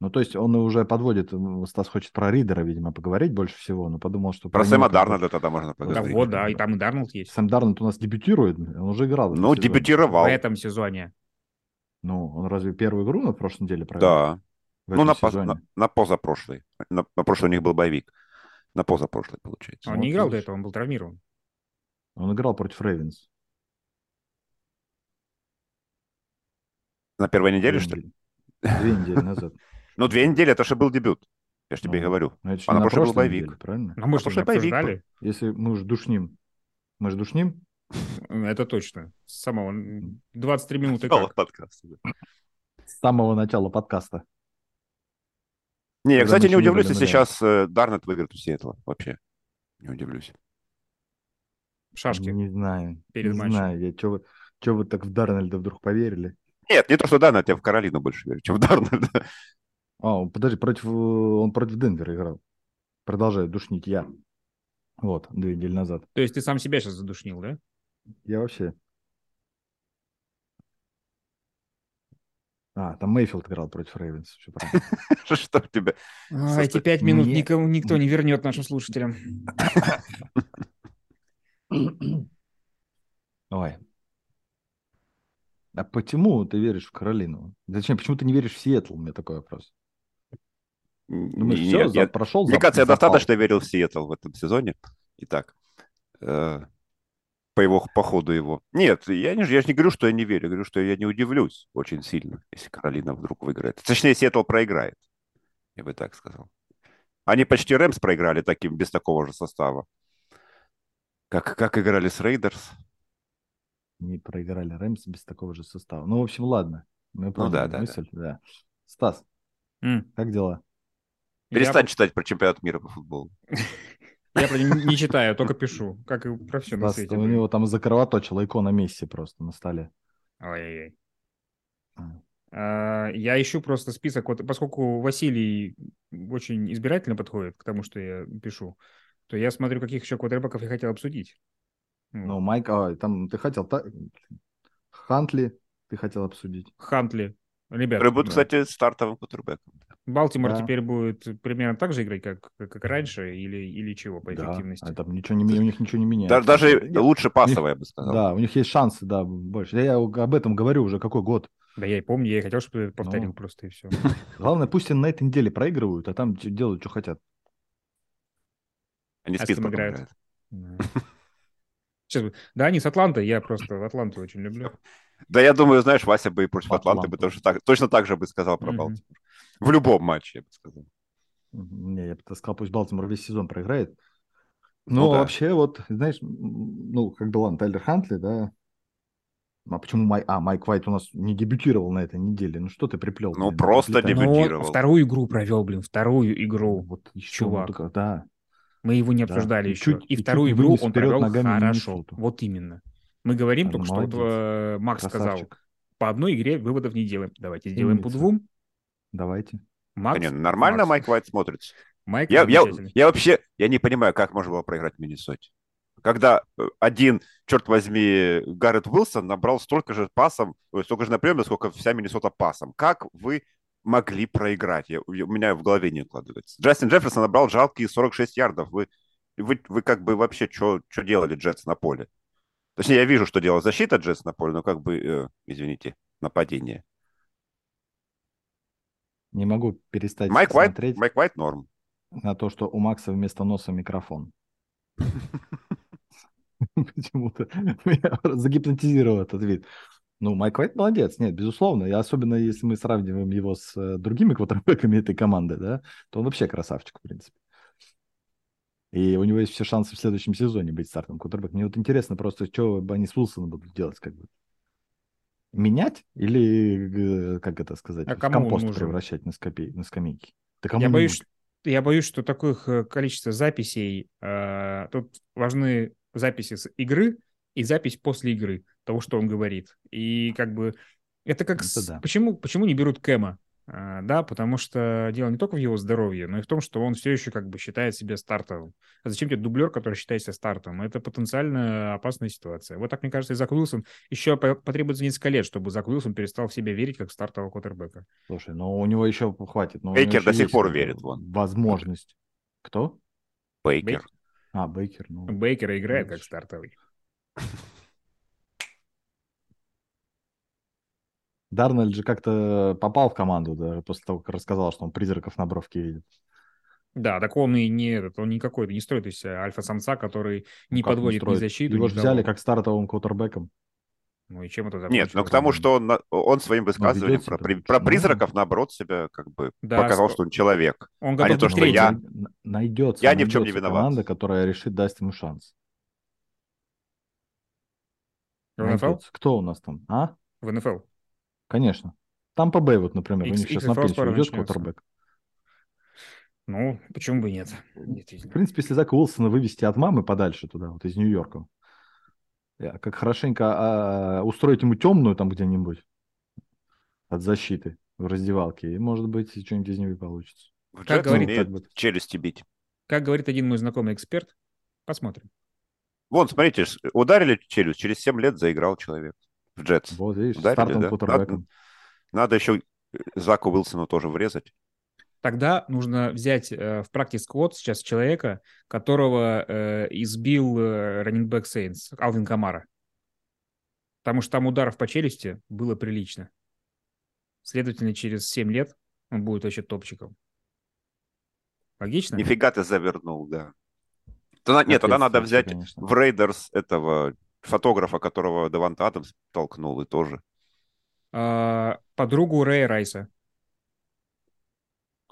Ну, то есть он уже подводит, м, Стас хочет про Ридера, видимо, поговорить больше всего, но подумал, что... Про него Сэма как бы- Дарнольда тогда можно Да поговорить. вот, да, и там и Дарнольд есть. Сэм Дарнольд у нас дебютирует, он уже играл. в этом Ну, сезоне. дебютировал. В этом сезоне. Ну, он разве первую игру на прошлой неделе провел? Да. В Ну, этом на, поз- сезоне? на, на позапрошлый. На, на прошлый у них был боевик. На позапрошлый, получается. Он Вот не играл до видишь. этого, он был травмирован. Он играл против Рейвенс. На первой неделе, Две что ли? недели- Две недели *laughs* назад. Ну, две недели, это же был дебют. Я же тебе Ну, говорю. Но это же А не на на прошлой был прошлой боевик. неделе, правильно? Но мы А что, не потому что боевик обсуждали? Если мы же душним. Мы же душним? Это точно. С самого... 23 минуты Стало как? подкаст, да. С самого начала подкаста. Не, я, Когда кстати, мы не еще не удивлюсь, были если на сейчас э, Дарнет выиграет у Сиэтла. Вообще. Не удивлюсь. Шашки. Не знаю. Перед не матчем. знаю. Я, чё, вы- чё вы так в Дарнольда вдруг поверили? Нет, не то, что Дарнет, я в Каролину больше верю, чем в Дарнольда. *laughs* А, он, подожди, против, э, он против Денвера играл. Продолжаю душнить я. Вот, две недели назад. То есть ты сам себя сейчас задушнил, да? Я вообще... А, там Мейфилд играл против Рейвенс. всё правильно. Что у тебя? А, Слушай, Эти пять минут мне- никому, никто не вернет нашим слушателям. Ой. А почему ты веришь в Каролину? Зачем? Почему ты не веришь в Сиэтл? У меня такой вопрос. Думаешь, Не, все, я- прошел, Мне кажется, я достаточно верил в Сиэтл в этом сезоне. Итак, э, по его по ходу его. Нет, я не, ж- я же не говорю, что я не верю. Я говорю, что я не удивлюсь очень сильно, если Каролина вдруг выиграет. Точнее, Сиэтл проиграет. Я бы так сказал. Они почти Рэмс проиграли таким, без такого же состава. Как, как играли с Рейдерс. не проиграли Рэмс без такого же состава. Ну, в общем, ладно. Мы Ну да, поняли да, мысль, да. Стас, М. как дела? Перестань Я, читать про чемпионат мира по футболу. я про него не читаю, только пишу. Как и про все на Стас, свете. у блин. него там закровоточила икона Месси просто на столе. Ой-ой-ой. А. А, Я ищу просто список, вот поскольку Василий очень избирательно подходит к тому, что я пишу, то я смотрю, каких еще квотербеков я хотел обсудить. Ну, Ну, Майк, а, там ты хотел... та- Хантли ты хотел обсудить. Хантли. Ребят, Который будет, да. кстати, стартовым кутербеком. Балтимор Да. теперь будет примерно так же играть, как, как, как раньше, или, или чего по Да, эффективности? а там ничего не, ми- у них ничего не меняется. Даже Нет, лучше пасовое, я бы сказал. *laughs* Да, у них есть шансы, да, больше. Да Я об этом говорю уже какой год. Да я и помню, я и хотел, чтобы ты повторил Ну. просто и все. Главное, пусть они на этой неделе проигрывают, а там ч- делают, что хотят. Они А с спит кем потом играют? играют. Да, они с Атланты, я просто Атланту очень люблю. Да, я думаю, знаешь, Вася бы и против Атланты бы Атланта. тоже так, точно так же бы сказал про Мгм. Балтимор. В любом матче, я бы сказал. Мгм. Не, я бы так сказал, пусть Балтимор весь сезон проиграет. Но Ну да. вообще, вот, знаешь, м, ну, как бы ладно, Тайлер Хантли, да. А почему Май... а, Майк Уайт у нас не дебютировал на этой неделе? Ну что ты приплел? а, Ну, просто Но он Дебютировал. Ну вторую игру провел, блин, вторую игру. ну, Вот еще чувак. да. Мы его не Да, обсуждали и еще. чуть- и и чуть вторую не игру вынес он вперед провел ногами хорошо. Миннесоту. Вот именно. Мы говорим Он только, что вот, молодец. э, Макс сказал, Красавчик. по одной игре выводов не делаем. Давайте сделаем по Умница. двум. Давайте. Да Макс, не, нормально Макс. Майк Уайт смотрится. Майк Я, я, замечательный. я вообще я не понимаю, как можно было проиграть в Миннесоте. Когда э, один, черт возьми, Гаррет Уилсон набрал столько же пасом, ой, столько же напрямую, сколько вся Миннесота пасом. Как вы могли проиграть? Я- у меня в голове не укладывается. Джастин Джефферсон набрал жалкие 46 ярдов. Вы, вы, вы как бы вообще что делали Джетс на поле? Точнее, я вижу, что делала защита Джетс на поле, но как бы, э, извините, нападение. Не могу перестать Майк Уайт, смотреть Майк Уайт норм. на то, что у Макса вместо носа *laughs* микрофон. Почему-то меня загипнотизировал этот вид. Ну, Майк Уайт молодец, нет, безусловно. И особенно если мы сравниваем его с э, другими квотербеками этой команды, да, то он вообще красавчик, в принципе. И у него есть все шансы в следующем сезоне быть стартом квотербеком. Мне вот интересно просто, что бы они с Уилсоном будут делать, как бы. Менять или, э, как это сказать, А в кому он компост нужен? превращать на, скопе- на скамейке? Да кому Я не боюсь, нужен? что- я боюсь, что таких э, количество записей, э, тут важны записи с игры и запись после игры, того, что он говорит. И как бы это как... Это с- да. Почему, почему не берут Кэма? А, Да, потому что дело не только в его здоровье, но и в том, что он все еще как бы считает себя стартовым. А зачем тебе дублер, который считает себя стартом? Это потенциально опасная ситуация. Вот так, мне кажется, и Зак Уилсон еще по- потребуется несколько лет, чтобы Зак Уилсон перестал в себя верить как в стартового квотербека. Слушай, ну у него еще хватит. но у Бейкер него до еще сих есть пор как бы верит, вон. Возможность. Кто? Бейкер. А, Бейкер, ну. Бейкера играет как Видишь. стартовый. Дарнольд же как-то попал в команду даже после того, как рассказал, что он призраков на бровке видит. Да, так он и не этот, он не какой-то, не строит из себя альфа-самца, который Ну, не как он подводит ни строит? защиту, Его ни же взяли кого. как стартовым квотербеком. Ну и чем это Нет, закончилось? но к тому, что он, на- он своим Ну, высказыванием себя про, при- лучше, про ну. призраков, наоборот, себя как бы Да, показал, сто- что он человек. Он а не готов то, быть что я- третьим. Най- Найдется, Я ни в чем не найдется виноват. команда, которая решит, даст ему шанс. В NFL? Найдется. Кто у нас там? А? В NFL. Конечно. Там по вот, например, у Икс- них сейчас на XFL скоро пенсию идешь начнется. квотербек. Ну, почему бы и нет? В Действительно. принципе, если Зака Уилсона вывести от мамы подальше туда, вот из Нью-Йорка, э, как хорошенько а, устроить ему темную там где-нибудь от защиты в раздевалке, и, может быть, и что-нибудь из него и получится. В Как Джетс говорит- умеют Так вот. челюсти бить. Как говорит один мой знакомый эксперт, посмотрим. Вон, смотрите, с- ударили челюсть, через 7 лет заиграл человек в Джетс. Вот, видишь, Ударили, стартом да. квотербеком. Надо еще э, Заку Уилсону тоже врезать. Тогда нужно взять э, в практис код сейчас человека, которого э, избил э, раннингбэк Сейнс, Алвин Камара. Потому что там ударов по челюсти было прилично. Следовательно, через 7 лет он будет вообще топчиком. Логично? Нифига ты завернул, да. Тогда- нет, тогда надо Соответственно, взять конечно. в Рейдерс этого фотографа, которого Деванта Адамс толкнул и тоже. А, подругу Рэя Райса.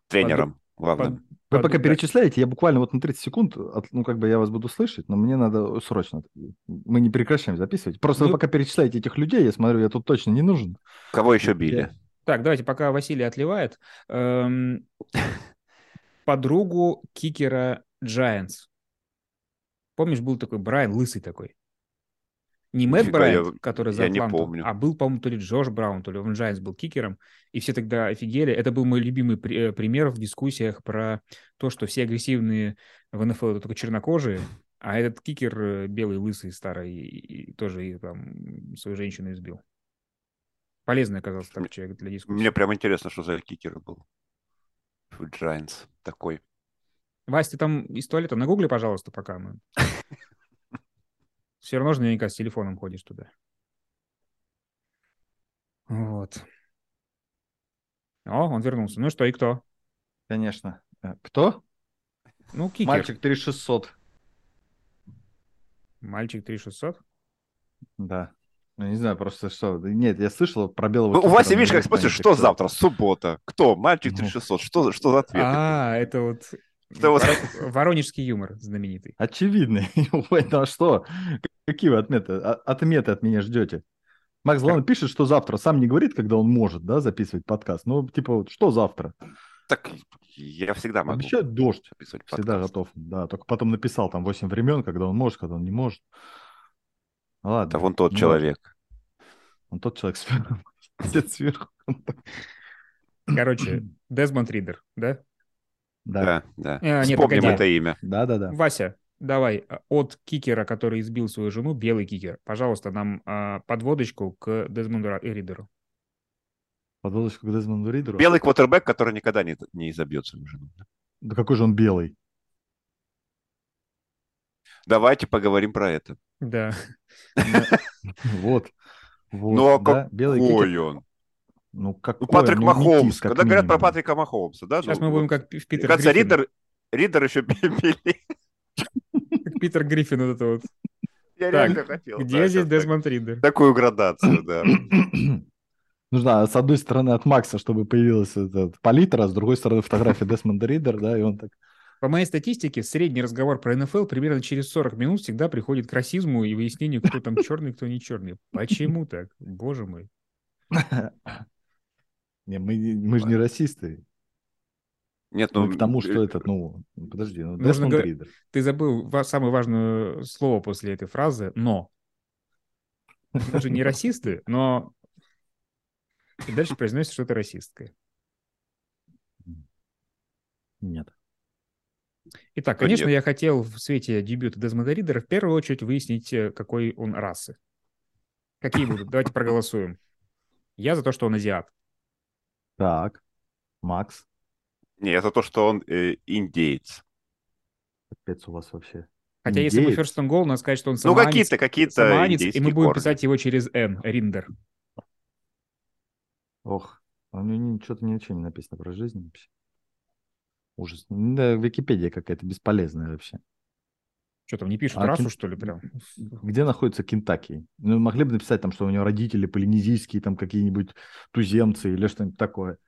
Тренером главным. Под- Вы пока перечисляете, я буквально вот на 30 секунд, от- ну, как бы я вас буду слышать, но мне надо срочно. Мы не прекращаем записывать. Просто вы Ну- пока перечисляете этих людей, я смотрю, я тут точно не нужен. Кого еще били? Так, давайте, пока Василий отливает. Эм, *laughs* подругу кикера Giants. Помнишь, был такой Брайан, лысый такой? Не Мэтт Нифига, Брайан, Типа, я- который за я не Атланту, помню. а был, по-моему, то ли Джош Браун, то ли он Giants был кикером. И все тогда офигели. Это был мой любимый при- э, пример в дискуссиях про то, что все агрессивные в НФЛ это только чернокожие, а этот кикер э, белый, лысый, старый, и- и тоже и там свою женщину избил. Полезный оказался так Мне- человек для дискуссии. Мне прям интересно, что за кикер был. Фу, Giants такой. Вась, ты там из туалета нагугли, пожалуйста, *laughs* пока мы. Все равно же наверняка с телефоном ходишь туда. Вот. О, он вернулся. Ну что, и кто? Конечно. Э, Кто? Ну, кикер. Мальчик, Мальчик 3600. Мальчик 3600. Да. Ну, не знаю, просто что. Нет, я слышал про белого... Ну, у кикера, Васи, но видишь, я как не знаю, это спросишь, что кто. завтра? Суббота. Кто? Мальчик Ну. 3600. Что, что за ответ? А, это вот Это вот- воро- воронежский юмор знаменитый. Очевидно. *laughs* Ну, а что? Какие вы отметы, а- отметы от меня ждете? Макс Главный пишет, что завтра. Сам не говорит, когда он может, да, записывать подкаст. Ну, типа, вот, что завтра? Так я всегда могу Обещает дождь. записывать Всегда подкаст. готов. Да, только потом написал там 8 времен, когда он может, когда он не может. Ну, Ладно. Да вон тот Ну, человек. Он тот человек сверху. Сидит *laughs* сверху. Короче, Дезмонд Ридер, да? Да, Да, да. А, нет, Вспомним погоди. это имя. да, да. да. Вася, давай, а, от кикера, который избил свою жену, белый кикер, пожалуйста, нам а, подводочку к Дезмонду Ра- э, Ридеру. Подводочку к Дезмонду Ридеру. Белый квотербек, который никогда не, не изобьет свою жену. Да какой же он белый. Давайте поговорим про это. Да. Ну, Вот. Вот, Ну, а да, белый кикер. Ой, он. Ну, как Ну, Патрик Махомс. Когда говорят про Патрика Махомса, да? Сейчас ну, мы будем вот. как в Мне Питер кажется, Гриффин. Ридер, Ридер *laughs* еще били. Как Питер Гриффин вот *laughs* это вот. Я Так, реально хотел. да, Где здесь сейчас так- Дезмонд Ридер? Такую градацию, да. *clears throat* Нужна, а, с одной стороны, от Макса, чтобы появилась эта палитра, а с другой стороны, фотография Десмонда Ридер, да, и он так... По моей статистике, средний разговор про НФЛ примерно через 40 минут всегда приходит к расизму и выяснению, кто там черный, кто не черный. Почему так? Боже мой. Не, мы, не- мы же не расисты. Нет, ну... Мы к тому, что э, этот, ну, подожди, ну, Нужно Десмонд говор- Ридер. Ты забыл ва- самое важное слово после этой фразы «но». *laughs* Мы же не расисты, но... И дальше произносится что-то расистское. Нет. Итак, Да конечно, нет. я хотел в свете дебюта Дезмонда Ридера в первую очередь выяснить, э, какой он расы. Какие будут? Давайте проголосуем. Я за то, что он азиат. Так, Макс, Не, я за то, что он э, индеец. капец у вас вообще. Хотя если мы Индеец. first and goal, надо сказать, что он Ну, самоанец. какие-то, какие-то самоанец, и индейские мы будем корни. писать его через N, Риндер. Ох, а у него что-то ничего не написано про жизнь вообще. Ужас. Ну, Да, Википедия какая-то бесполезная вообще. Что там, не пишут А, расу, кин- что ли, прям? Где находится Кентаки? Ну, могли бы написать там, что у него родители полинезийские, там какие-нибудь туземцы или что-нибудь такое.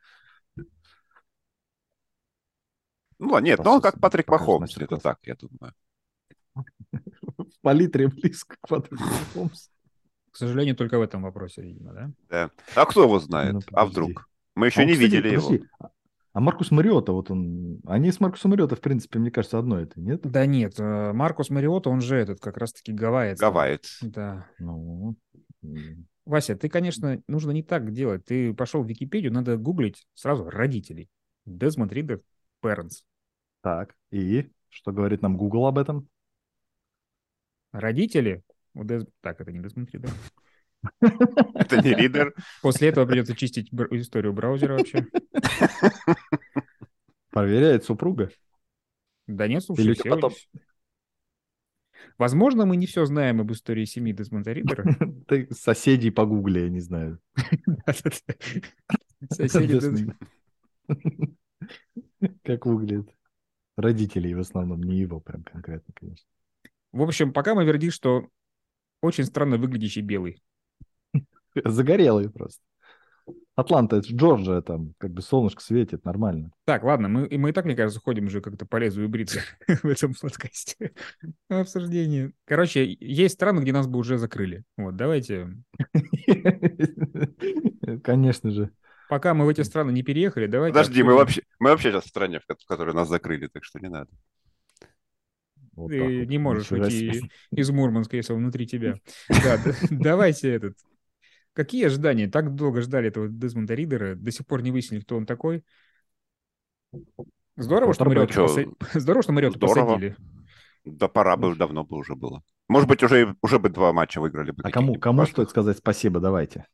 Ну, ладно, нет, Просто ну он как Патрик покажет Махомс, это мастер-класс. так, я думаю. В палитре близко к Патрику Махомсу. К сожалению, только в этом вопросе, видимо, да? Да. А кто его знает? Ну, а подожди. вдруг? Мы А еще он, не кстати, видели его. подожди, а- А Маркус Мариота, вот он... Они с Маркусом Мариота, в принципе, мне кажется, одно это, нет? Да нет, э, Маркус Мариота, он же этот, как раз-таки *laughs* гавайец. Гавайец. Да. Ну, м, Вася, ты, конечно, нужно не так делать. Ты пошел в Википедию, надо гуглить сразу родителей. Дезмонд Ридер, parents. так, и что говорит нам Google об этом? Родители... у Дез- Так, это не Дезмонд Ридер. Это не Ридер. После этого придется чистить бр- историю браузера вообще. Проверяет супруга? *laughs* Да нет, слушай, Или все... потом- Возможно, мы не все знаем об истории семьи Дезмонда Ридера. *laughs* Ты соседей по Гугле, я не знаю. Соседи Дез- *laughs* Как выглядит? Родителей в основном, не его прям конкретно, конечно. В общем, пока мы вердикт, что очень странно выглядящий белый. Загорелый просто. Атланта, это же Джорджия, там как бы солнышко светит, нормально. *laughs* Так, ладно, мы, мы и так, мне кажется, ходим уже как-то по лезвию и бриться *laughs* в этом подкасте. *laughs* Обсуждение. Короче, есть страны, где нас бы уже закрыли. Вот, давайте. Конечно же. Пока мы в эти страны не переехали, давайте... Подожди, мы вообще, мы вообще сейчас в стране, в которой нас закрыли, так что не надо. Вот так Ты вот. не можешь Ничего уйти себе. из Мурманска, если он *laughs* внутри тебя. Да, д- *laughs* давайте этот. Какие ожидания? Так долго ждали этого Дезмонда Ридера, до сих пор не выяснили, кто он такой. Здорово, что Второй Мариоту Ну, э, чё? поса- *laughs* Здорово, что Мариоту Здорово. посадили. Да пора бы, давно бы уже было. Может быть, уже, уже бы два матча выиграли бы. А кому, какие-нибудь кому важные. стоит сказать спасибо, давайте.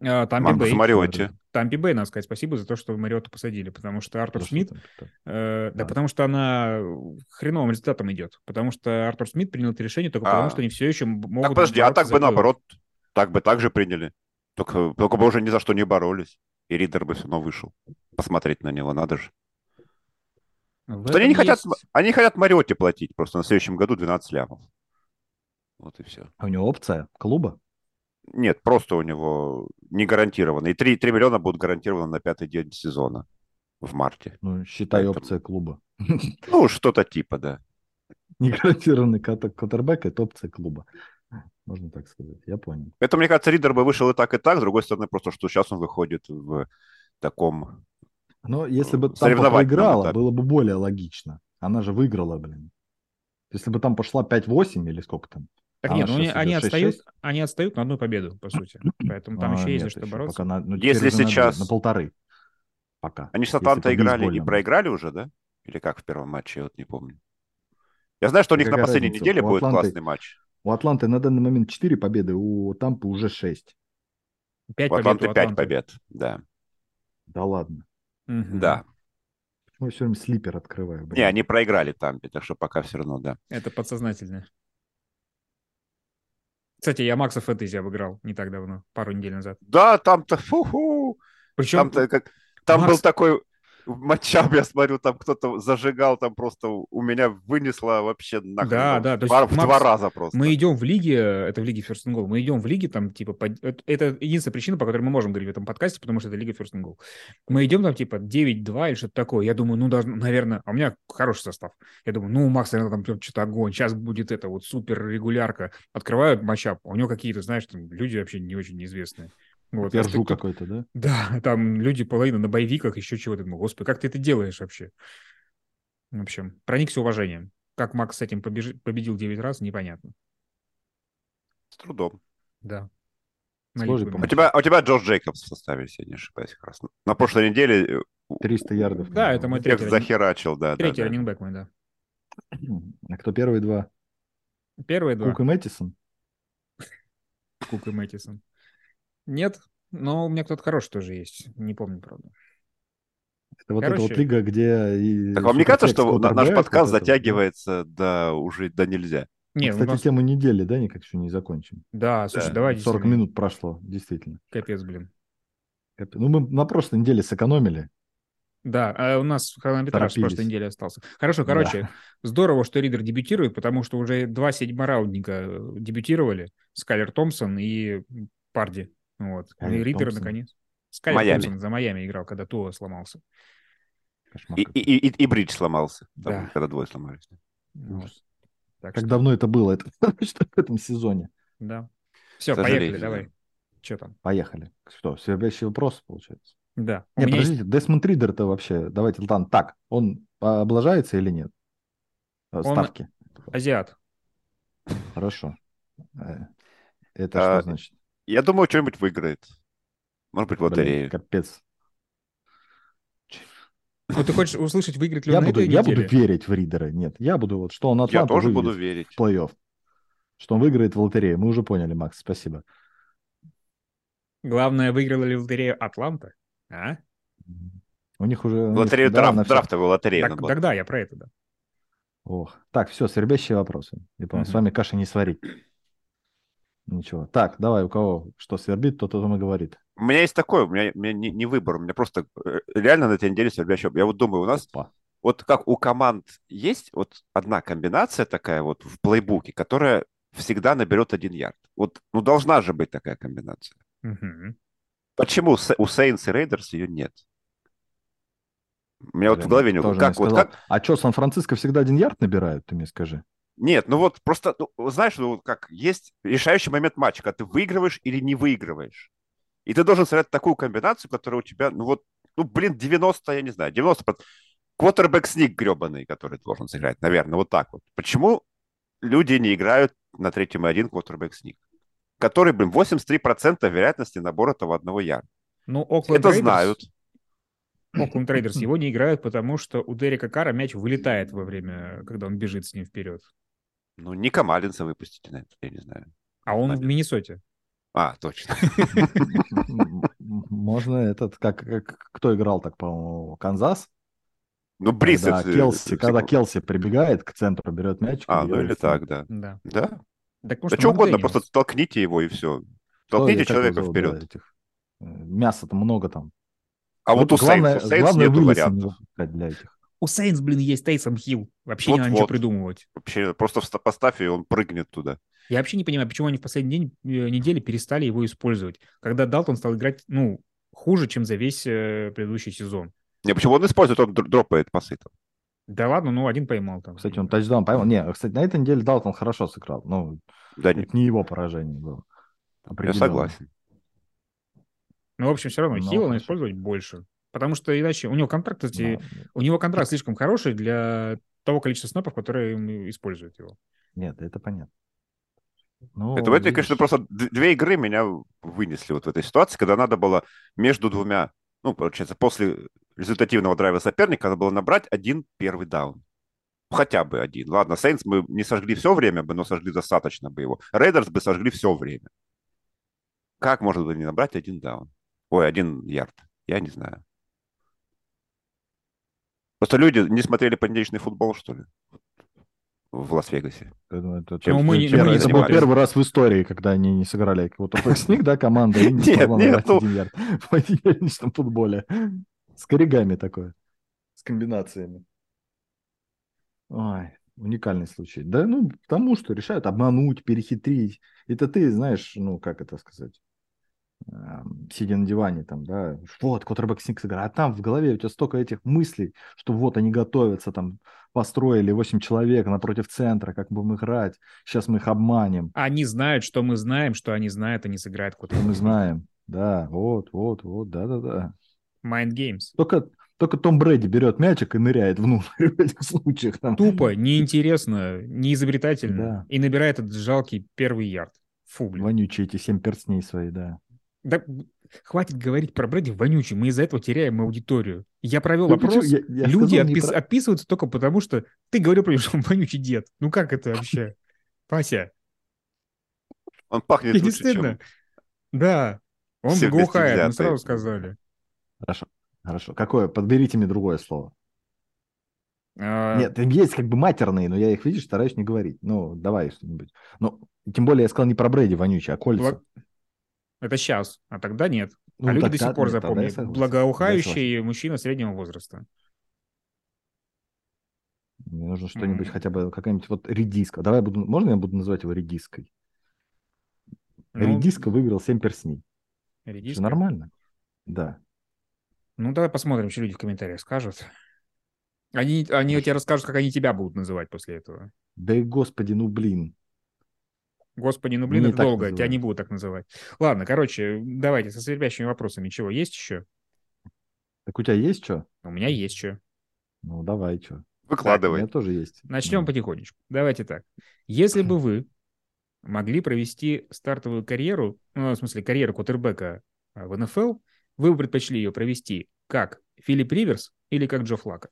А, Тампи Маркусу Бэй. Мариотте. Тампи Бэй, надо сказать спасибо за то, что Мариоту посадили, потому что Артур Просто Смит... там, там. э, да, Да. потому что она э, хреновым результатом идет. Потому что Артур Смит принял это решение только потому, А. что они все еще м- могут... Так подожди, а бороться так за бы плей-офф. наоборот, так бы так же приняли. Только, только бы уже ни за что не боролись. И Ридер бы все равно вышел. Посмотреть на него надо же. В Вот они, не этом хотят, Ну, А, есть- они не хотят Мариотте платить просто на следующем году 12 лямов. Вот и все. А у него опция клуба? Нет, просто у него не гарантированно. И 3, 3 миллиона будут гарантированы на пятый день сезона в марте. Ну, считай, Поэтому- опция клуба. *laughs* Ну, что-то типа, да. Не гарантированный квотербек – это опция клуба. Можно так сказать, я понял. Это, мне кажется, Ридер бы вышел и так, и так. С другой стороны, просто что сейчас он выходит в таком... Но если бы там Соревновательном проиграла, этапе. было бы более логично. Она же выиграла, блин. Если бы там пошла 5-8 или сколько там. Так А нет, она ну они, щас они идет отстают, 6-6? они отстают на одну победу, по сути. Поэтому Ну, там А, еще есть за нет, что еще бороться. пока на- ну, Если теперь уже на две, сейчас- На полторы. Пока. Они с Если Атлантой побить играли и больно будет. проиграли уже, да? Или как в первом матче, я вот не помню. Я знаю, что у Да них на какая последней разница? неделе У будет Атланты- классный матч. У Атланты на данный момент 4 победы, у Тампы уже 6. Пять У побед. Атланты у 5 Атланты. побед, да. Да ладно. Мгм. Да. Почему я все время слипер открываю? блин? Не, они проиграли Тампе, так что пока все равно, да. Это подсознательно. Кстати, я Макса Фэнтези обыграл не так давно, пару недель назад. Да, там-то, фу-ху, Причем там-то как... Там Макс- был такой матчап, я смотрю, там кто-то зажигал, там просто у меня вынесло вообще нахрен. Да, там да, в то есть два- в Макс- два раза просто. мы идем в лиге, это в лиге First and Goal, мы идем в лиге там типа... под- это- Это единственная причина, по которой мы можем говорить в этом подкасте, потому что это лига First and Goal. Мы идем там типа 9-2 или что-то такое. Я думаю, ну, должно, наверное... А у меня хороший состав. Я думаю, ну, у Макса, наверное, там что-то огонь. Сейчас будет это вот супер регулярка. Открывают матчап. а У него какие-то, знаешь, там люди вообще не очень неизвестные. Вот, я Пержу что-то- какой-то, да? *laughs* Да, там люди половина на боевиках, еще чего-то. Думаю, господи, как ты это делаешь вообще? В общем, проникся уважением. Как Макс с этим побежи- победил 9 раз, непонятно. С трудом. Да. Сложный Наликуем. У помощник. тебя, а у тебя Джордж Джейкобс в составе, если я не ошибаюсь, как раз. На прошлой неделе э, 300 ярдов. Да, это мой мы... всех третий, раннинг- захерачил, да. да, третий да. раннингбэк мой, да. А кто первые два? Первые два. Кук и Мэттисон? Кук и Мэттисон. Нет, но у меня кто-то хороший тоже есть. Не помню, правда. Это вот Короче. эта вот лига, где... и Так вам не кажется, суперфлекс что на- наш quarterback подкаст вот этот, да? затягивается до уже до нельзя? Мы, Нет, ну, Кстати, нас- тему недели, да, никак еще не закончим. Да, слушай, Да, давай 40 действительно. минут прошло, действительно. Капец, блин. Это- Ну, мы на прошлой неделе сэкономили. Да, а у нас хронометраж с Торопились. прошлой недели остался. Хорошо, короче, здорово, что Ридер дебютирует, потому что уже два седьмораундника э, дебютировали. Скайлер Томпсон и Парди. Вот. Ну и Скайлер Ридер, Томпсон. наконец. Скайлер Майами. Томпсон за Майами играл, когда Туа сломался. Кошмар И, какой. и- и- и бридж сломался, там, Да. когда двое сломались. Вот. Ужас. Так Как что- давно это было? *laughs* Это что в этом сезоне. Да. Все, К сожалению, поехали, да. давай. Че там? Поехали. Что, свербящий вопрос, получается? Да. У Нет, меня есть- подождите, Десмонд Ридер-то вообще, давайте, Лтан, так, он а, облажается или нет? А, Ставки. азиат. Хорошо. Э, Это А, что значит? Я думаю, что-нибудь выиграет. Может быть, Блин, лотерею. капец. Ну, ты хочешь услышать, выиграет ли Я он на буду, этой я буду неделе? верить в Ридера, нет. Я буду, вот, что он Я Атланту тоже выведет буду верить. в плей-офф. Что он выиграет в лотерею. Мы уже поняли, Макс, спасибо. Главное, выиграла ли лотерею Атланта? А? У них уже... у них Лотерею дала драфт- Ну, на всех- драфтовую лотерею. Так- она была. тогда я про это, да. Ох. Так, все, свербящие вопросы. Я понял, с Мгм. вами каши не сварить. Ничего. Так, давай, у кого что свербит, тот о том и говорит. У меня есть такое, у меня, у меня не, не выбор, у меня просто э, реально на этой неделе свербящий. Я вот думаю, у нас Опа. вот как у команд есть вот одна комбинация такая вот в плейбуке, которая всегда наберет один ярд. Вот, ну, должна же быть такая комбинация. Мгм. Почему Сэ- у Сейнс и Рейдерс ее нет? У меня вот в Блин, голове не тоже не как, вот сказал. как... А что, Сан-Франциско всегда один ярд набирают, ты мне скажи? Нет, ну вот просто, ну, вот знаешь, ну вот как есть решающий момент матча, когда ты выигрываешь или не выигрываешь. И ты должен сыграть такую комбинацию, которая у тебя, ну вот, ну блин, 90, я не знаю, 90... под- Квотербек сник гребаный, который должен сыграть, наверное, вот так вот. Почему люди не играют на третьем и один квотербек сник? Который, блин, 83% вероятности набора этого одного ярда. Ну, Окленд Это знают. Окленд Рейдерс его не играют, потому что у Дерека Кара мяч вылетает во время, когда он бежит с ним вперед. Ну, Ника Малинса выпустите на это, я не знаю. А он в Понятно. Миннесоте. А, точно. *laughs* М, м, Можно этот, как, как- кто играл так, по-моему, Канзас? Ну, Брис... когда это- Келси, это- когда Келси прибегает к центру, берет мяч. А, ну бьет или в так, да. Да. Да? Так, Да может, что угодно, Макдэниелс? просто толкните его и все. Кто- Толкните я как человека его зовут, да, вперед. этих, э, Мяса-то много там. Ну, А вот у главное, Сейнс, у Сейнс главное нет вылезти не вариантов. выпускать для этих. У Сейнс, блин, есть Тейсом Хилл. Вообще не надо ничего Вот-вот. придумывать. Вообще, просто вста- поставь, и он прыгнет туда. Я вообще не понимаю, почему они в последний день э, недели перестали его использовать. Когда Далтон стал играть, ну, хуже, чем за весь э, предыдущий сезон. Не, почему он использует, он др- дропает пасы там. Да ладно, ну, один поймал там. Кстати, он тачдаун поймал. Не, кстати, на этой неделе Далтон хорошо сыграл. Ну, Да, не, это не его поражение было. я Определенно. согласен. Ну, в общем, все равно Ну, Хилла надо хорошо. использовать больше. Потому что иначе у него контракт, кстати, Да. у него контракт слишком хороший для того количества снапов, которые им используют его. Нет, это понятно. Ну, Это, в этой, видишь, конечно, просто д- две игры меня вынесли вот в этой ситуации, когда надо было между двумя, ну, получается, после результативного драйва соперника надо было набрать один первый даун. Хотя бы один. Ладно, Сейнс мы не сожгли все время бы, но сожгли достаточно бы его. Рейдерс бы сожгли все время. Как можно было не набрать один даун? Ой, один ярд. Я не знаю. Просто люди не смотрели понедельничный футбол, что ли? В Лас-Вегасе. я думаю, это чем тот- Ну, мы тот не- мы первый- не это был занимались. первый раз в истории, когда они не сыграли какого-то сник, да, команда, и не *laughs* Нет, смогла нет, набрать ну- один ярд *laughs* в понедельничном футболе. С коригами такое. С комбинациями. Ой, уникальный случай. Да, ну, потому что решают обмануть, перехитрить. Это ты, знаешь, ну, как это сказать, эм, сидя на диване там, да, вот, Коттербэк сник сыграл, а там в голове у тебя столько этих мыслей, что вот они готовятся, там, построили 8 человек напротив центра, как будем играть, сейчас мы их обманем, Они знают, что мы знаем, что они знают, они сыграют куда мы знаем, да, вот, вот, вот, да-да-да. Mind Games. Только, только Том Брэди берет мячик и ныряет внутрь *laughs* в этих случаях. Там. Тупо, неинтересно, неизобретательно. Да. И набирает этот жалкий первый ярд. Фу, блин. Вонючие эти семь перстней свои, да. Да, хватит говорить про Брэди вонючий, мы из-за этого теряем аудиторию. Я провел Ну, опрос, почему? Я- я люди сказал не отпис- про- отписываются только потому, что ты говорил про него, что он вонючий дед. Ну как это вообще? *laughs* Пася, Он пахнет тебе не лучше, чем стыдно? Да, он все вместе глухает, мы взятые. сразу сказали. Хорошо, хорошо. Какое? Подберите мне другое слово. А, Нет, есть как бы матерные, но я их, видишь, стараюсь не говорить. Ну, давай что-нибудь. Ну, тем более я сказал не про Брэди вонючий, а кольца. бла- Это сейчас, а тогда нет. Ну, а люди так- до да, сих пор нет, тогда я запомнили. согласен. Тогда я Благоухающий мужчина среднего возраста. согласен. Мне нужно что-нибудь Мгм. хотя бы, какая-нибудь вот редиска. Давай я буду, можно я буду называть его редиской? Ну, Редиска выиграл 7 персней. Это редиска. же нормально. Да. Ну, давай посмотрим, что люди в комментариях скажут. Они, они тебе расскажут, как они тебя будут называть после этого. Да и господи, ну блин. Господи, ну блин, Не это так долго, тебя называют. не будут так называть. Ладно, короче, давайте со свербящими вопросами. Чего, есть еще? Так у тебя есть что? У меня есть что. Ну, давай, что. У Выкладывай. меня тоже есть. Начнем Ну, потихонечку. Давайте так. Если бы вы могли провести стартовую карьеру, ну, в смысле, карьеру кутербека в НФЛ, вы бы предпочли ее провести как Филипп Риверс или как Джо Флака?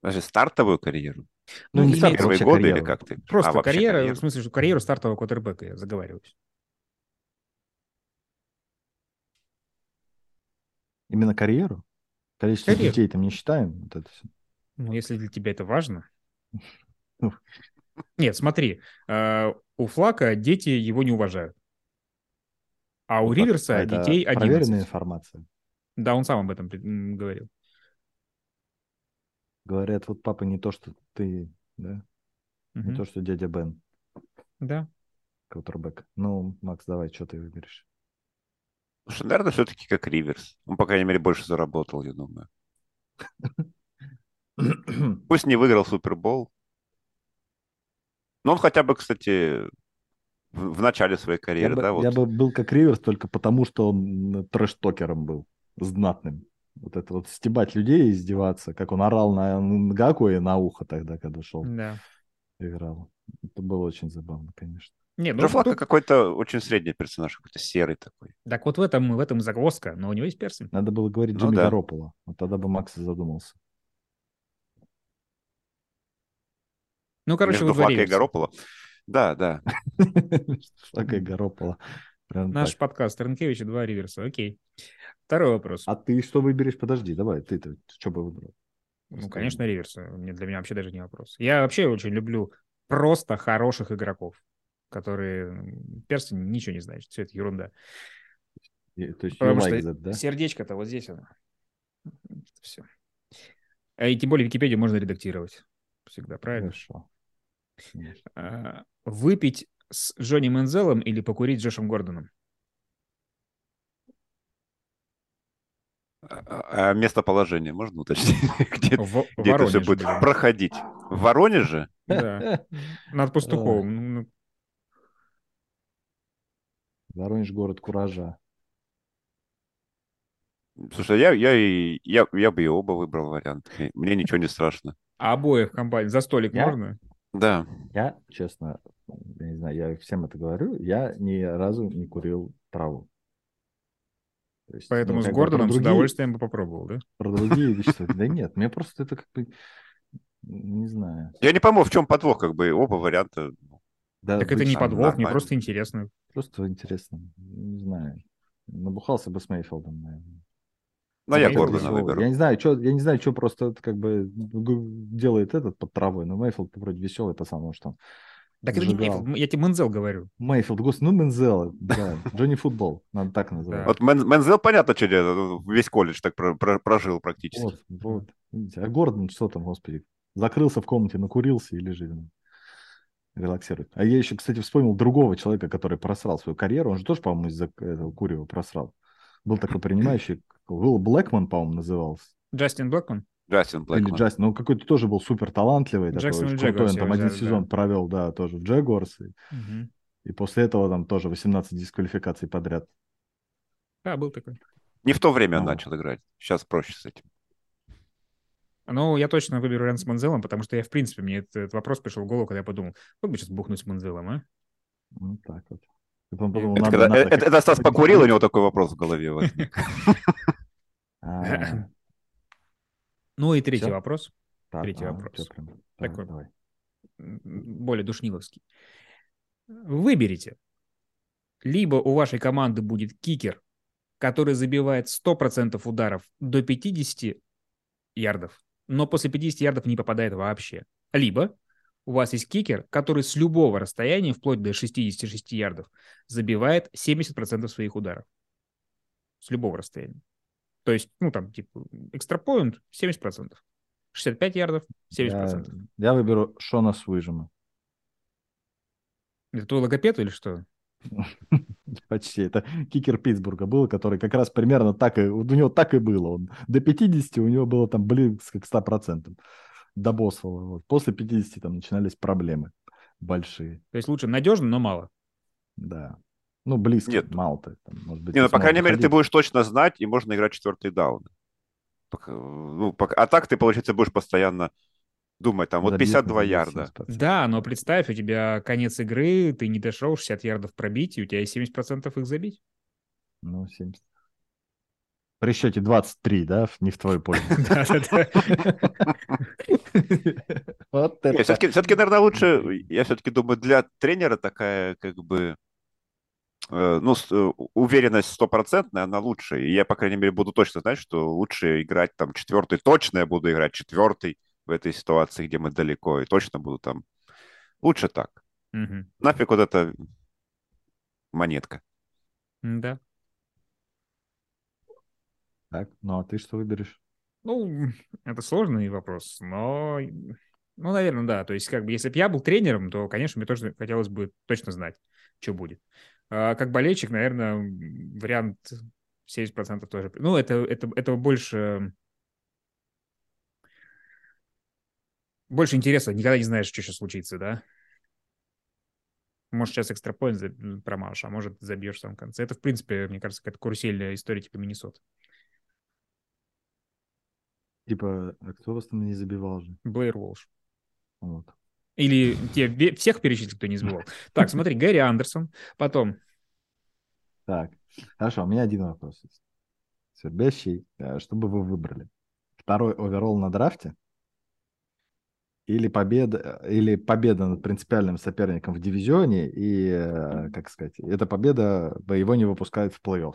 Даже стартовую карьеру? Ну, Ну, не имеет- стартовую, Первые вообще годы или карьеру. как ты? Просто А, вообще карьера, карьеру. в смысле, что карьеру стартового кутербека, я заговариваюсь. Именно карьеру? Количество Карьеру. детей там не считаем? Вот это всё. Ну, если для тебя это важно. Ну. Нет, смотри, э, у Флака дети его не уважают. А у Вот так. Риверса А это детей Проверенная 11. информация. Да, он сам об этом м, говорил. Говорят, вот папа не то, что ты, да? Не Мгм. то, что дядя Бен. Да. квотербек. Ну, Макс, давай, что ты *clears throat* выберешь? *clears throat* Слушай, наверное, все-таки Ну, как Риверс. Он, по крайней мере, больше заработал, я думаю. Пусть не выиграл Супербол. Но он хотя бы, кстати, в, в начале своей карьеры, я бы, да? вот. я бы был как Риверс только потому, что он э, трэш-токером был, знатным. Вот это вот стебать людей и издеваться, как он орал на Нгаку и на ухо тогда, когда шел, Да. играл. Это было очень забавно, конечно. Не, ну, Джофлако тут- какой-то очень средний персонаж, какой-то серый такой. так вот в этом, в этом загвоздка, но у него есть персин. Надо было говорить Ну Джимми да. Гарополо. Вот тогда бы Макс и *laughs* задумался. Ну, короче, Между вы Флакой и Гарополо. Да, да. Шага и Гарополо. Прям Наш так. подкаст Ренкевич и два Риверса, окей. Второй вопрос. А ты что выберешь? Подожди, давай, ты-то что бы выбрал? Ну, Скажем. конечно, Риверс. Мне- Для меня вообще даже не вопрос. Я вообще очень люблю просто хороших игроков, которые м, перстень ничего не значит. Все это ерунда. И- То есть you Потому like что that, да? Сердечко-то вот здесь оно. Все. И тем более Википедию можно редактировать. Всегда, правильно? Хорошо. А, Выпить с Джонни Мензелом или покурить с Джошем Гордоном? А, а местоположение можно уточнить? *laughs* Где, В где это все Воронеже, будет блин. проходить? В Воронеже? Да. Над Пастуховым. Ну, Воронеж город куража. Слушай, я, я, и- я, я бы и оба выбрал вариант. И Мне ничего не страшно. А обоих компаний за столик Я? можно? Да. Я, честно, я не знаю, я всем это говорю, я ни разу не курил траву. То есть, Поэтому ну, с как бы Гордоном про с другие- удовольствием бы попробовал, да? Про другие вещества. Да нет, мне просто это как бы... Не знаю. Я не пойму, в чем подвох, как бы оба варианта. Да, Так это быть- не обычно подвох, мне нормально. просто интересно. Просто интересно. Не знаю. Набухался бы с Мейфилдом, наверное. Но Ну, я Мейфилд Гордона Его- выберу. Я не знаю, что, я не знаю, что просто это как бы г- делает этот под травой, но Мейфилд вроде веселый пацан, потому что он- Так это не Зажигал. Мейфилд, я тебе Мензел говорю. Мейфилд, господи, ну Мензел, да, Джонни Футбол, надо так называть. Вот Мен- Мензел, понятно, что делает, весь колледж так про- про- прожил практически. Вот, вот. Видите, а Гордон, что там, господи, закрылся в комнате, накурился и лежит. ну, Релаксирует. А я еще, кстати, вспомнил другого человека, который просрал свою карьеру. Он же тоже, по-моему, из-за к- этого курева просрал. Был такой принимающий, Уилл Блэкман, по-моему, назывался. Джастин Блэкман? Джастин Или Блэкман. Джастин. Ну, какой-то тоже был супер талантливый. Такой, Джексона очень Джегорса крутой. Он его там один взяли, да. сезон провел, да, тоже в Джегорс. И, Мгм. и после этого там тоже 18 дисквалификаций подряд. Да, А, был такой. Не в то время он Ну. начал играть. Сейчас проще с этим. Ну, я точно выберу вариант с Мензелом, потому что я, в принципе, мне этот, этот вопрос пришел в голову, когда я подумал, как бы сейчас бухнуть с Мензелом, а? Ну, так вот. И потом подумал, Это надо- это, когда, э, надо это- это Стас покурил, у него такой вопрос в голове. возник. *clears throat* А, Ну и третий Всё. вопрос, так, Третий а, вопрос. чё прям? Такой. Так, давай. м, более душниловский. Выберите. Либо у вашей команды будет кикер, который забивает 100% ударов до 50 ярдов, но после 50 ярдов не попадает вообще. Либо у вас есть кикер, который с любого расстояния, вплоть до 66 ярдов, забивает 70% своих ударов. С любого расстояния. То есть, ну там, типа, экстрапоинт 70%. 65 ярдов, 70%. Я, я выберу Шона с выжима. Это твой логопед или что? Почти. Это кикер Питтсбурга был, который как раз примерно так и... вот У него так и было. Он до 50 у него было там близко к 100%. До Босвелла. Вот. После 50 там начинались проблемы большие. То есть лучше надежно, но мало. Да. Ну, близко. Нет. Мало ты. там, может быть, Не, ну, по сможешь крайней мере, ты выходить. будешь точно знать, и можно играть четвертые дауны. Пока- ну, пока- А так ты, получается, будешь постоянно думать, там, вот Забьешь, 52 не забьешь, ярда. 70%. Да, но представь, у тебя конец игры, ты не дошел 60 ярдов пробить, и у тебя есть 70% их забить. Ну, 70. При счете 23, да? Не в твою пользу. Да-да-да. *laughs* Вот Не, это. все-таки, все-таки, наверное, лучше, я все-таки думаю, для тренера такая, как бы, э, ну, с- э, уверенность стопроцентная, она лучше. И я, по крайней мере, буду точно знать, что лучше играть там четвертый, точно я буду играть четвертый в этой ситуации, где мы далеко, и точно буду там. Лучше так. Мгм. Нафиг вот эта монетка. Да. Так, ну а ты что выберешь? Ну, это сложный вопрос, но Ну, наверное, да. То есть, как бы, если бы я был тренером, то, конечно, мне тоже хотелось бы точно знать, что будет. А как болельщик, наверное, вариант 70% тоже. Ну, это, это, этого больше... Больше интереса. Никогда не знаешь, что сейчас случится, да? Может, сейчас экстра промажешь, а может, забьешь в самом конце. Это, в принципе, мне кажется, какая-то карусельная история типа Миннесот. Типа, а кто вас там не забивал же? Блэйр Волш. Вот. Или тебе всех перечислить, кто не забивал. Так, смотри, Гэри Андерсон, потом... Так, хорошо, у меня один вопрос есть. Свербящий, что бы вы выбрали? Второй оверолл на драфте? Или победа, э, или победа над принципиальным соперником в дивизионе, и, э, как сказать, эта победа, да, его не выпускает в плей-офф.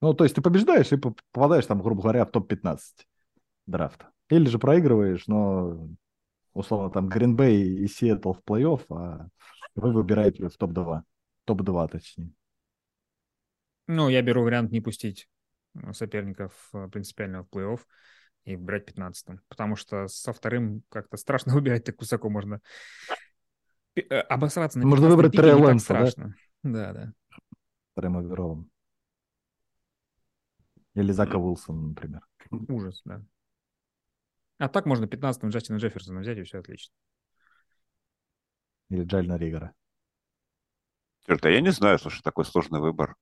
Ну, то есть ты побеждаешь и попадаешь, там, грубо говоря, в топ-15 драфта. Или же проигрываешь, но, условно, там, Гринбей и Сиэтл в плей-офф, а вы выбираете в топ-2. Топ-2, точнее. Ну, я беру вариант не пустить э, соперников принципиального в плей-офф и брать 15-м. Потому что со вторым как-то страшно *laughs* выбирать так высоко можно. э, Обосраться на Можно выбрать Трей Лэнса, страшно. Да, да. да. Прям оверолом. Или Зака Уилсона, например. Ужас, да. А так можно 15-м Джастина Джефферсона взять, и все отлично. Или Джальна Ригера. Черт, а я не знаю, слушай, такой сложный выбор.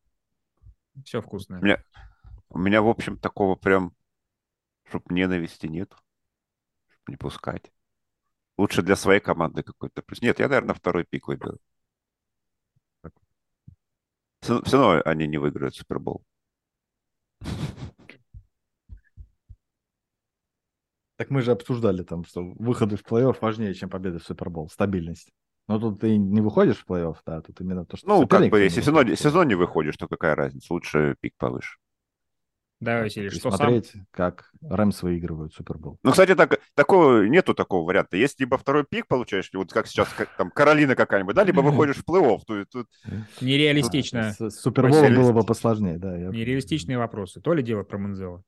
Все вкусное. У меня, у меня в общем, такого прям, чтоб ненависти нет, чтоб не пускать. Лучше для своей команды какой-то. Нет, я, наверное, второй пик выберу. Все, все равно они не выиграют Супербол. Так мы же обсуждали там, что выходы в плей-офф важнее, чем победы в Супербол. Стабильность. Но тут ты не выходишь в плей-офф, да, тут именно то, что... Ну, как бы, не если сезон, сезон не выходишь, то какая разница? Лучше пик повыше. Да, Василий, что смотреть, сам? как Рэмс выигрывают Супербол. Ну, кстати, так, такого, нету такого варианта. Есть либо второй пик получаешь, вот как сейчас как, там Каролина какая-нибудь, да, *laughs* либо выходишь в плей-офф. Тут, тут... Нереалистично. С Супербол было бы посложнее, А, да. Я... Нереалистичные вопросы. То ли дело про Манзела.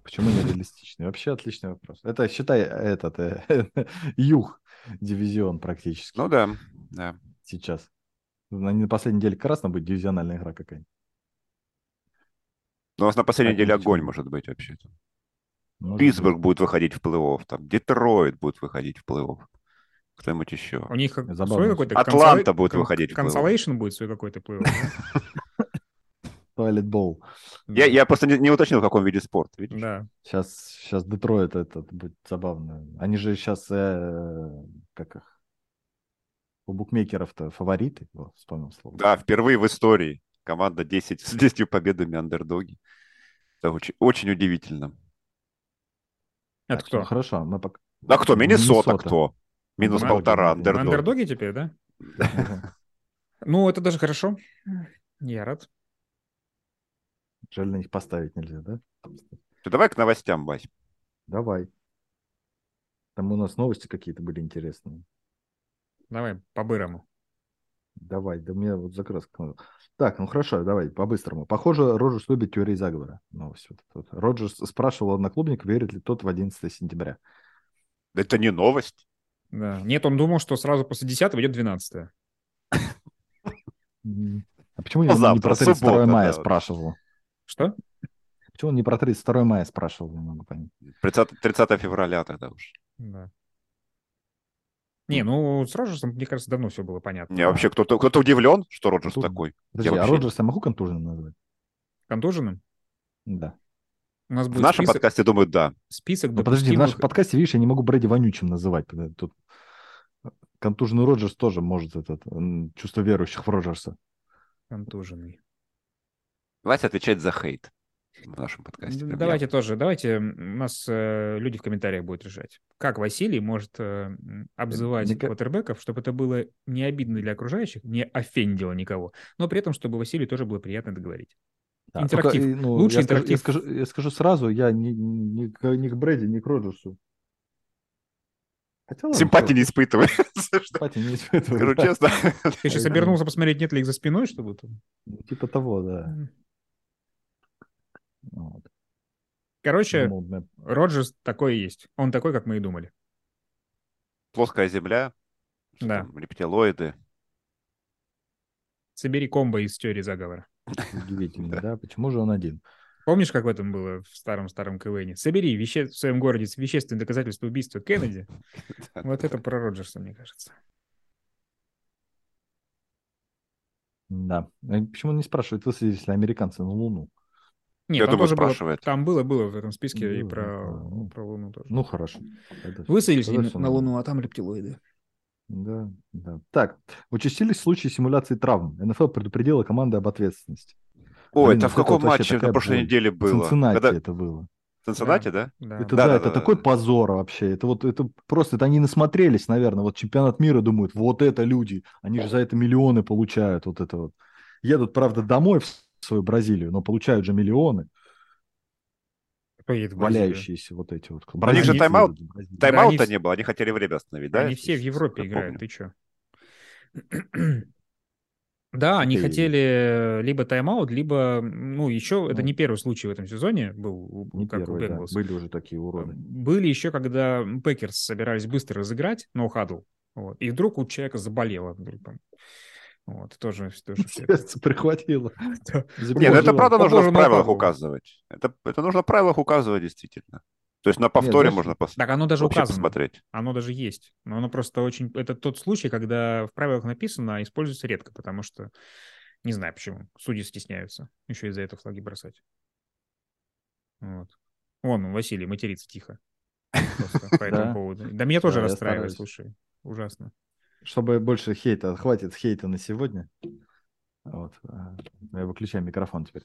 Почему нереалистичный? Вообще отличный вопрос. Это, считай, этот э, *laughs* юг дивизион практически. Ну да, да. Сейчас. На, на последней неделе красно будет дивизиональная игра какая-нибудь. Ну, у нас на последней неделе огонь может быть вообще. Ну, Может Питтсбург быть. будет выходить в плей-офф, там Детройт будет выходить в плей-офф. Кто-нибудь еще. У них Забавно. свой какой-то... Атланта консол... будет выходить Кон- в Консолейшн будет свой какой-то плей-офф. *laughs* Туалет Bowl. Я, я просто не, не уточнил, в каком виде спорта. Видишь? Да. Сейчас, сейчас Детройт это будет забавно. Они же сейчас, э, как их, у букмекеров-то фавориты, О, вспомнил слово. Да, впервые в истории команда 10 с 10 победами андердоги. Это очень, очень удивительно. Это Так, кто? ну хорошо, мы пока... Да А кто? Миннесота, Ну, Миннесота. кто? Минус Ну, полтора андердоги. андердог. Андердоги теперь, да? Ну, это даже хорошо. Я рад. *laughs* Жаль, на них поставить нельзя, да? Ты Давай к новостям, Вась. Давай. Там у нас новости какие-то были интересные. Давай, по-бырому. Давай, да у меня вот закраска. надо. Так, ну хорошо, давай, по-быстрому. Похоже, Роджерс любит теории заговора. Новость вот эта вот. Роджерс спрашивал одноклубник, верит ли тот в 11 сентября. Это не новость. Да. Нет, он думал, что сразу после 10 идет 12 М. А почему я не Ну, Завтра, про 32 суббота, мая да. спрашивал? Что? Почему он не про 32 мая спрашивал, не могу понять. 30, 30 февраля тогда уж. Да. Не, ну с Роджерсом, мне кажется, давно все было понятно. Не, вообще, кто-то кто удивлен, что Роджерс Тут- такой. Подожди, а вообще не- Роджерса могу контужным назвать? Контуженным? Да. У нас В будет нашем список, подкасте, думаю, да. список Ну, подожди, в допустимых- нашем подкасте, видишь, я не могу Брэди вонючим называть. потому что Тут контуженный Роджерс тоже может этот, м, чувство верующих в Роджерса. контуженный. Вася отвечает за хейт в нашем подкасте. Д- прям Ну, Давайте тоже, давайте, м, у нас э, люди в комментариях будут решать, как Василий может э, м, обзывать Мне ка- квотербеков, чтобы это было не обидно для окружающих, не офендило никого, но при этом, чтобы Василию тоже было приятно это говорить. Да, Интерактив. только, и, ну, Лучший я скажу- интерактив. я, скажу, я скажу сразу, я ни, ни к, ни к Брэди, ни к Роджерсу. Хотя явно. Ну, ладно, Симпатии всё, не испытываю. *laughs* *laughs* Слушай, симпатии не испытываю, Скажу да. честно. *laughs* Ты сейчас Ой, да. обернулся посмотреть, нет ли их за спиной, чтобы... там- Ну, Типа того, да. М. Вот. Ну, Короче, Модная. Роджерс такой и есть. Он такой, как мы и думали. Плоская земля, что Да. там, рептилоиды. Собери комбо из теории заговора. Удивительно, да? Почему же он один? Помнишь, как в этом было в старом-старом КВНе? Собери веще- в своем городе вещественные доказательства убийства *laughs* Кеннеди. *laughs* Вот это про Роджерса, мне кажется. Да. Э, Почему он не спрашивает, высадились ли американцы на Луну? Нет, Я там думаю, тоже было, спрашивает. там было, было в этом списке и Было, про, да, ну. про Луну тоже. Ну, хорошо. Это всё. Высадились Тогда они всё на нормально. Луну, а там рептилоиды. Да, да. Так, участились случаи симуляции травм. НФЛ предупредила команды об ответственности. Ой, Блин, это вот в это каком вот вообще матче на такая прошлой боль. неделе В было? Цинциннати Когда- это было. В Цинциннати, да? Да. Это Да, да, да, это да, такой да. позор вообще. Это вот это просто это они насмотрелись, наверное. Вот чемпионат мира думают, вот это люди, они же за это миллионы получают, вот это вот. Едут, правда, домой в свою Бразилию, но получают же миллионы, Кто едет в Бразилию? валяющиеся вот эти вот. них же Бразильцы тайм-аут- едут в Бразилию. Тайм-аута Да, они не было, они хотели время остановить, да? они если все в я Европе помню? играют, ты чё? *clears throat* Да, они Ты- хотели либо тайм-аут, либо, ну, еще, это Ну. не первый случай в этом сезоне был, у- Не как первые, у да. Бенглс. Были уже такие уроды. Были еще, когда Пекерс собирались быстро разыграть, но хадл. Вот. И вдруг у человека заболело. вдруг там. Вот, тоже, тоже всё *laughs* это. Сердце прихватило. *laughs* Да. ну Нет, Заболело. это правда нужно Похоже в на правилах Павлова. указывать. Это, это нужно в правилах указывать действительно. То есть на повторе знаешь, можно пос- Так оно даже вообще указано. посмотреть. Оно даже есть. Но оно просто очень... Это тот случай, когда в правилах написано, а используется редко, потому что... Не знаю почему. Судьи стесняются. Еще из-за этого флаги бросать. Вот. Вон, Василий матерится тихо. Просто по этому Да. поводу. Да меня тоже Да, я расстраивает, стараюсь. слушай. Ужасно. Чтобы больше хейта, хватит хейта на сегодня. Вот. а, Я выключаю микрофон теперь.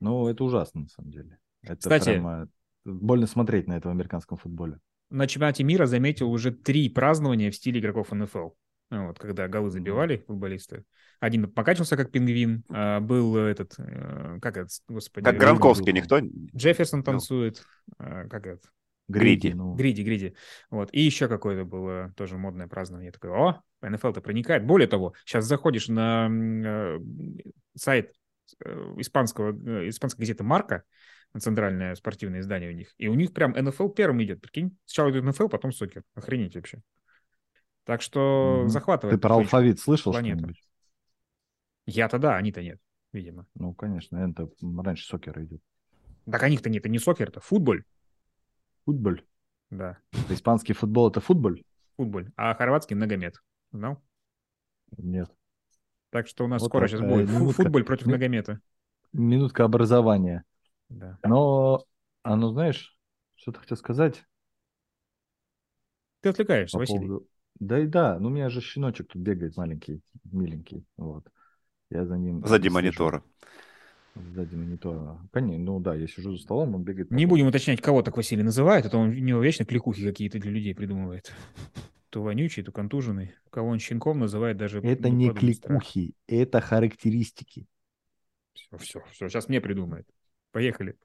Ну, это ужасно, на самом деле. Это Кстати- прямо больно смотреть на это в американском футболе. На чемпионате мира заметил уже три празднования в стиле игроков НФЛ. Ну, Вот, когда голы забивали футболисты. Один покачивался как пингвин, а был этот, э, как это, господи, Как Я Гранковский не никто... Джефферсон Ну. танцует, а, как это, Гриди. ну, Гриди, Гриди. Вот. И еще какое-то было тоже модное празднование. Я такой, о, НФЛ-то проникает. Более того, сейчас заходишь на м, э, сайт э, испанского, э, испанской газеты «Марка», центральное спортивное издание у них, и у них прям НФЛ первым идет. Прикинь, сначала идет НФЛ, потом сокер. Охренеть вообще. Так что Мгм. захватывает. Ты про алфавит слышал планета. что-нибудь? Я-то да, они-то нет, видимо. Ну, конечно, это раньше сокер идет. Так они-то нет, это не сокер, это футболь. Футболь. Да, Это Испанский футбол это футболь? футболь. А хорватский ногомет. Знал? Нет. Так что у нас Вот скоро сейчас такая будет фу- минутка. футболь против Ми- ногомета. Минутка образования. Да. Но, а ну знаешь, что ты хотел сказать? Ты отвлекаешься, по Василий. поводу- Да и да, ну у меня же щеночек тут бегает маленький, миленький, вот. Я за ним... Сзади слежу. монитора. Сзади монитора. Конечно, ну да, я сижу за столом, он бегает. по Не полу. будем уточнять, кого так Василий называет, а то он, у него вечно кликухи какие-то для людей придумывает. То вонючий, то контуженный. Кого он щенком называет даже... Это не кликухи, это характеристики. Все, все, все, сейчас мне придумает. Поехали.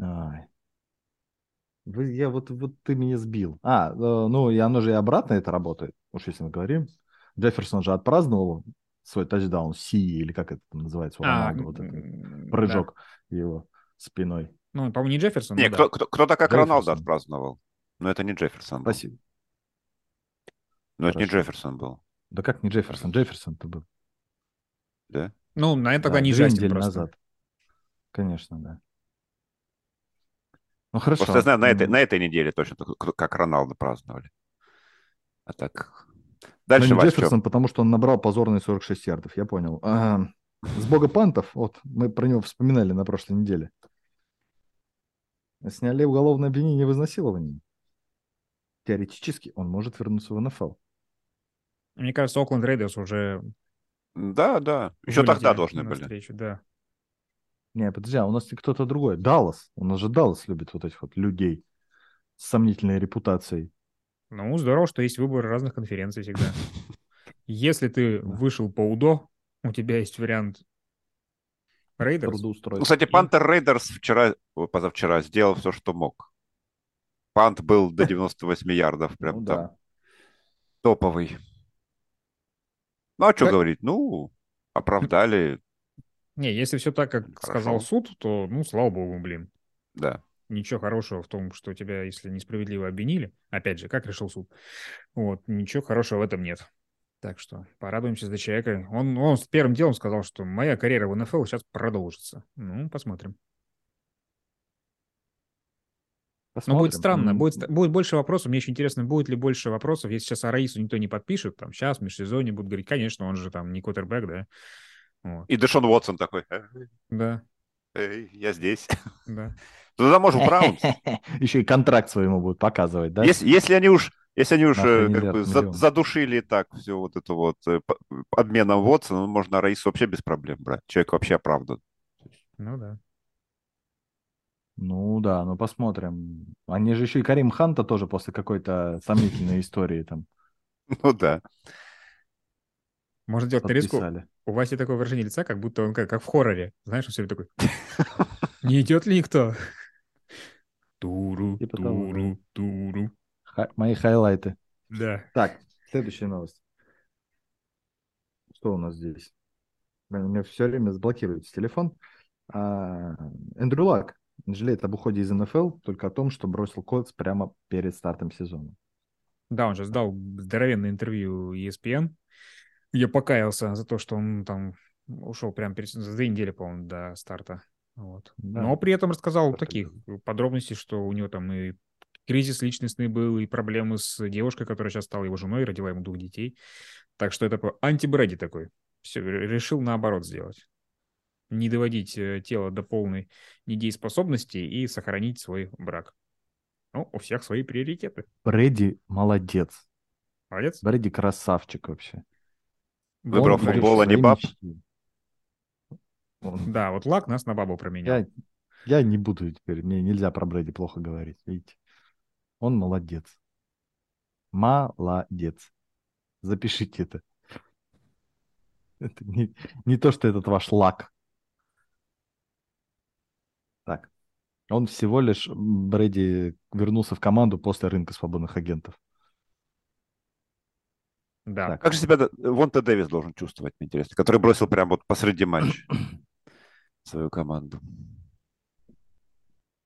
Ай. Вы, я вот, вот ты меня сбил. А, э, ну и оно же и обратно это работает, уж если мы говорим. Джефферсон же отпраздновал свой тачдаун, Си, или как это там называется, у А, Роналду, вот этот м, да. прыжок его спиной. Ну, по-моему, не Джефферсон. Не, ну да. кто, кто, кто-то как Роналду Джефферсон. отпраздновал. Но это не Джефферсон был. Спасибо. Но это не Хорошо. Джефферсон был. Да как не Джефферсон? Джефферсон-то был. Да? Ну, на это тогда Да, не две Джастин недели просто. назад. Конечно, да. Ну хорошо. Просто я знаю, на этой, М, на этой неделе точно так, кто- как Роналду праздновали. А так... но Дальше, не Вась, Джефферсон, потому что он набрал позорные 46 ярдов, я понял. А, С бога пантов, вот, мы про него вспоминали на прошлой неделе. Сняли уголовное обвинение в изнасиловании. Теоретически он может вернуться в НФЛ. Мне кажется, Окленд Рейдерс уже... чё? Да, да. Еще вылетели тогда должны были. навстречу, Да. Не, подожди, а у нас ли кто-то другой. Даллас. У нас же Даллас любит вот этих вот людей с сомнительной репутацией. Ну, здорово, что есть выбор разных *laughs* конференций всегда. Если ты вышел по УДО, у тебя есть вариант Рейдерс. Ну, Трудоустройство. кстати, Пантер Рейдерс вчера, о, позавчера сделал все, что мог. Пант был *laughs* до 98 ярдов, прям Ну там да. топовый. Ну, а что Да. говорить? Ну, оправдали Не, если все так, как Хорошо. сказал суд, то, ну, слава богу, блин. Да. Ничего хорошего в том, что тебя, если несправедливо обвинили, опять же, как решил суд, вот, ничего хорошего в этом нет. Так что порадуемся за человека. Он, он с первым делом сказал, что моя карьера в НФЛ сейчас продолжится. Ну, посмотрим. Но Ну, Посмотрим. будет странно, М, будет, ст- будет больше вопросов. Мне еще интересно, будет ли больше вопросов, если сейчас Араису никто не подпишет, там сейчас в межсезонье будут говорить, конечно, он же там не квотербек, да? Вот. И Дэшон Уотсон такой, «Э, Да, эй, я здесь. Ну, да. *laughs* Туда можно в Браунс. Еще и контракт своему будут показывать, да? Если, если они уж, если они уж На э, три как миллиарда бы за- миллиона. задушили так все вот это вот э, по- обменом Уотсона, ну, можно Раису вообще без проблем брать. Человек вообще оправдан. *laughs* Ну да. Ну да, ну посмотрим. Они же еще и Карим Ханта тоже после какой-то сомнительной истории там Ну да. Можно делать нарезку. подписали. У Васи такое выражение лица, как будто он как, как в хорроре. Знаешь, он все время такой... *laughs* Не идет ли никто? Туру, Типа того, туру, туру. Ха- мои хайлайты. Да. Так, следующая новость. Что у нас здесь? Блин, У меня все время заблокируется телефон. А, Эндрю Лак жалеет об уходе из НФЛ только о том, что бросил Колтс прямо перед стартом сезона. Да, он же сдал здоровенное интервью E ESPN. Я покаялся за то, что он там ушел прямо перед... за две недели, по-моему, до старта. Вот. Да. Но при этом рассказал Как-то таких подробностей, что у него там и кризис личностный был, и проблемы с девушкой, которая сейчас стала его женой, родила ему двух детей. Так что это такой антибреди такой. Все, решил наоборот сделать. Не доводить э, тело до полной недееспособности и сохранить свой брак. Ну, у всех свои приоритеты. Бредди молодец. Молодец. Бредди красавчик вообще. Выбрал Он говорит, футбол, а не свои баб. мечты. Он- Да, вот Лак нас на бабу променял. Я, я не буду теперь, мне нельзя про Брэди плохо говорить, видите. Он молодец. Молодец. Запишите это. Это не, не то, что этот ваш лак. Так. Он всего лишь, м, Брэди, вернулся в команду после рынка свободных агентов. Да. Так. Как же себя Вонта Дэвис должен чувствовать, мне интересно, который бросил прямо вот *clears throat* посреди матча свою команду.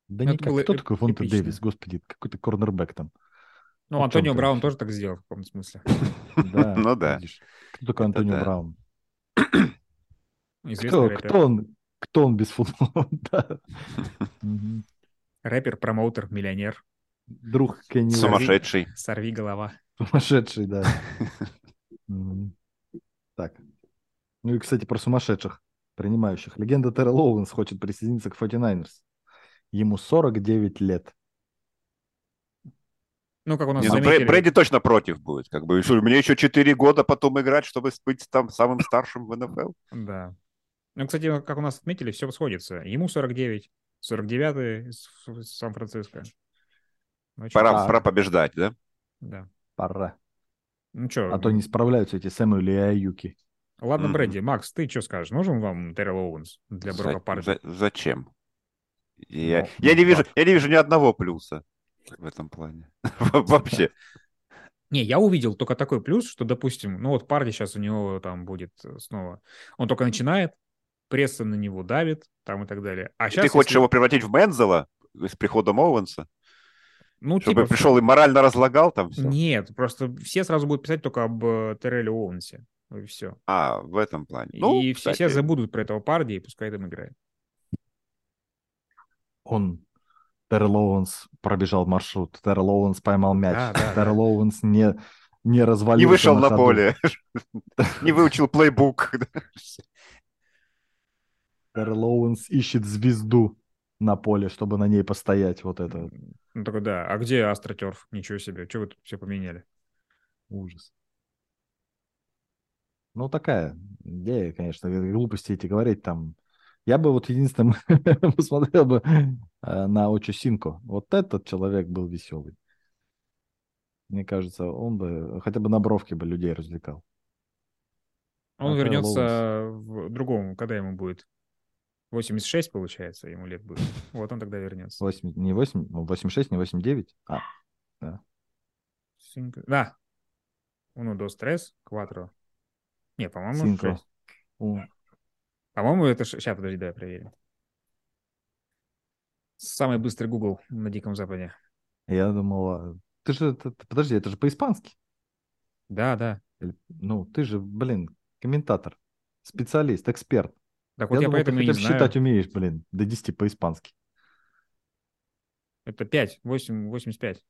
Да Это никак. было Кто эп- такой Вонтер эпично. Дэвис? Господи, какой-то корнербэк там. Ну, О чём Антонио ты Браун вообще? тоже так сделал в каком-то смысле. Да, Ну да. видишь. Кто такой Это Антонио да. Браун? Известный Кто, рэпер. кто он? Кто он без футбола? *laughs* Да. Мгм. Рэпер, промоутер, миллионер. Друг Кенни Уэста. Сумасшедший. Сорви голова. Сумасшедший, *laughs* да. Мгм. Так. Ну и, кстати, про сумасшедших принимающих. Легенда Террел Оуэнс хочет присоединиться к 49ers. Ему 49 лет. Ну, как у нас Не, ну, Брэ- заметили, Брэди точно против будет. Как бы, «Слушай, мне еще 4 года потом играть, чтобы быть там самым старшим в НФЛ. Да. Ну, кстати, как у нас отметили, все сходится. Ему 49, 49 из Ф- Сан-Франциско. Ну, чё, Пора, Так. пора побеждать, да? Да. Пора. Ну что, А то не справляются эти Сэмюэль и Аюки. ладно, Мгм. Брэди, Макс, ты что скажешь? Нужен вам Террел Оуэнс для За- Брока Парди? за- зачем? Я, Ну, я не ну, вижу, я не вижу ни одного плюса в этом плане. *laughs* Во- Вообще. Не, я увидел только такой плюс, что, допустим, ну вот Парди сейчас у него там будет э, снова. Он только начинает, пресса на него давит, там и так далее. А сейчас, Ты хочешь его превратить в Мензела с приходом Оуэнса? ну, Чтобы типа, пришел и морально разлагал там все? Нет, просто все сразу будут писать только об э, Терреле Оуэнсе. И все. А, в этом плане. Ну, и все, все кстати, забудут про этого Парди, и пускай там играет. Он, Террел Оуэнс, пробежал маршрут. Террел Оуэнс поймал мяч. Да, да, да. Террел Оуэнс не, не развалился не вышел на ходу. поле, *laughs* не выучил плейбук. *laughs* Террел Оуэнс ищет звезду на поле, чтобы на ней постоять. Вот это вот. Ну, только да, а где Астротерф? Ничего себе, что вы тут все поменяли? Ужас. Ну, такая идея, конечно, глупости эти говорить там. Я бы вот единственным *laughs* посмотрел бы э, на Очу Синку. Вот этот человек был веселый. Мне кажется, он бы хотя бы на бровке бы людей развлекал. Он А Террел вернется в другому, когда ему будет? 86, получается, ему лет будет. Вот он тогда вернется. Восемь- не 8, 86, не 89. А, Синко- Да. Uno, dos, tres, cuatro. Не, по-моему, Синко. шесть. У- По-моему, это... Сейчас, подожди, давай проверим. Самый быстрый Google на Диком Западе. Я думал, а, ты же, это- это- подожди, это же по-испански. Да, да. Или- Ну, ты же, блин, комментатор, специалист, эксперт. Так вот я, думал, поэтому ты и не хотя бы знаю. считать умеешь, блин, до 10 по-испански. Это 5, 8, 85.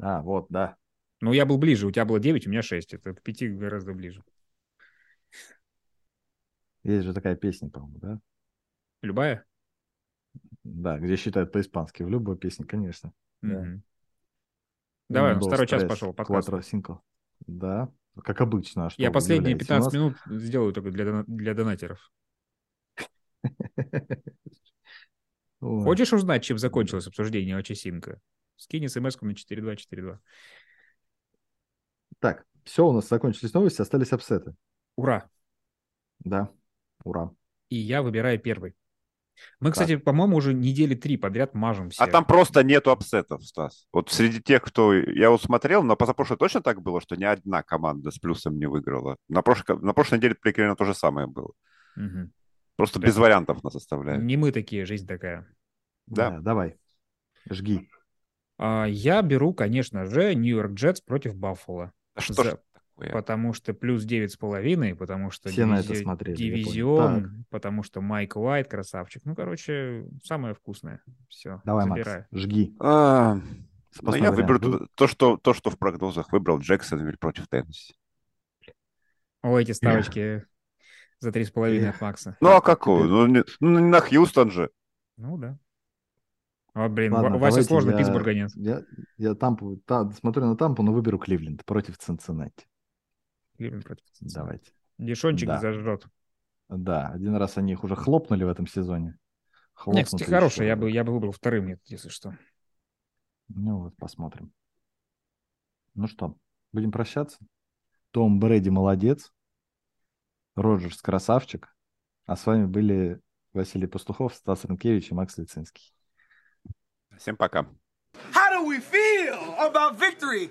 А, вот, да. Ну, я был ближе, у тебя было 9, у меня 6. Это к 5 гораздо ближе. Есть же такая песня, по-моему, да? Любая? Да, где считают по-испански. В любой песне, конечно. Да. Мгм. Давай, Uno, dos, второй час tres, пошел, подкаст. cuatro, cinco. Да, как обычно. а что Я вы последние удивляетесь? 15 У минут сделаю только для, дона- для донатеров. нас- Ой, Хочешь узнать, чем закончилось обсуждение Очесинка? Скинь смс на 4242. Так, все, у нас закончились новости, остались апсеты. Ура! Да, ура. И я выбираю первый. Мы, кстати, по-моему, уже недели три подряд мажем все. А там просто нету апсетов, Стас. Вот среди тех, кто... Я вот смотрел, на позапрошлой точно так было, что ни одна команда с плюсом не выиграла. На прошлой, на прошлой неделе примерно то же самое было. Мгм. Просто Да. без вариантов нас оставляют. Не мы такие, жизнь такая. Да. давай, жги. А, я беру, конечно же, Нью-Йорк Джетс против Баффало. Да А Что За- ж такое? Потому что плюс девять с половиной, потому что Все на это дивизион- смотрели, я понял. дивизион, потому что Майк Уайт красавчик. Ну, короче, самое вкусное. Все, Давай, забираю. Макс, жги. А, ну, Запасной я вариант выберу был? туда- то, что, то, что в прогнозах выбрал Джексонвиль против Теннесси. О, эти ставочки за три с половиной от Макса. Ну, Так, а какую? теперь- Ну, не, ну, не на Хьюстон же. Ну да. А, блин, Ладно, у Вася давайте сложно, я- Питтсбурга нет. Я, я Тампу, та- смотрю на Тампу, но выберу Кливленд против Цинциннати. Кливленд против Цинциннати. Давайте. Дешончик Да. не зажрет. Да, один раз они их уже хлопнули в этом сезоне. Не, кстати, Хлопнуты хорошая. еще. Я бы, я бы выбрал вторым, нет, если что. Ну вот, посмотрим. Ну что, будем прощаться? Том Брэди молодец. Роджерс красавчик. А с вами были Василий Пастухов, Стас Ренкевич и Макс Лицинский. Всем пока. How do we feel about victory?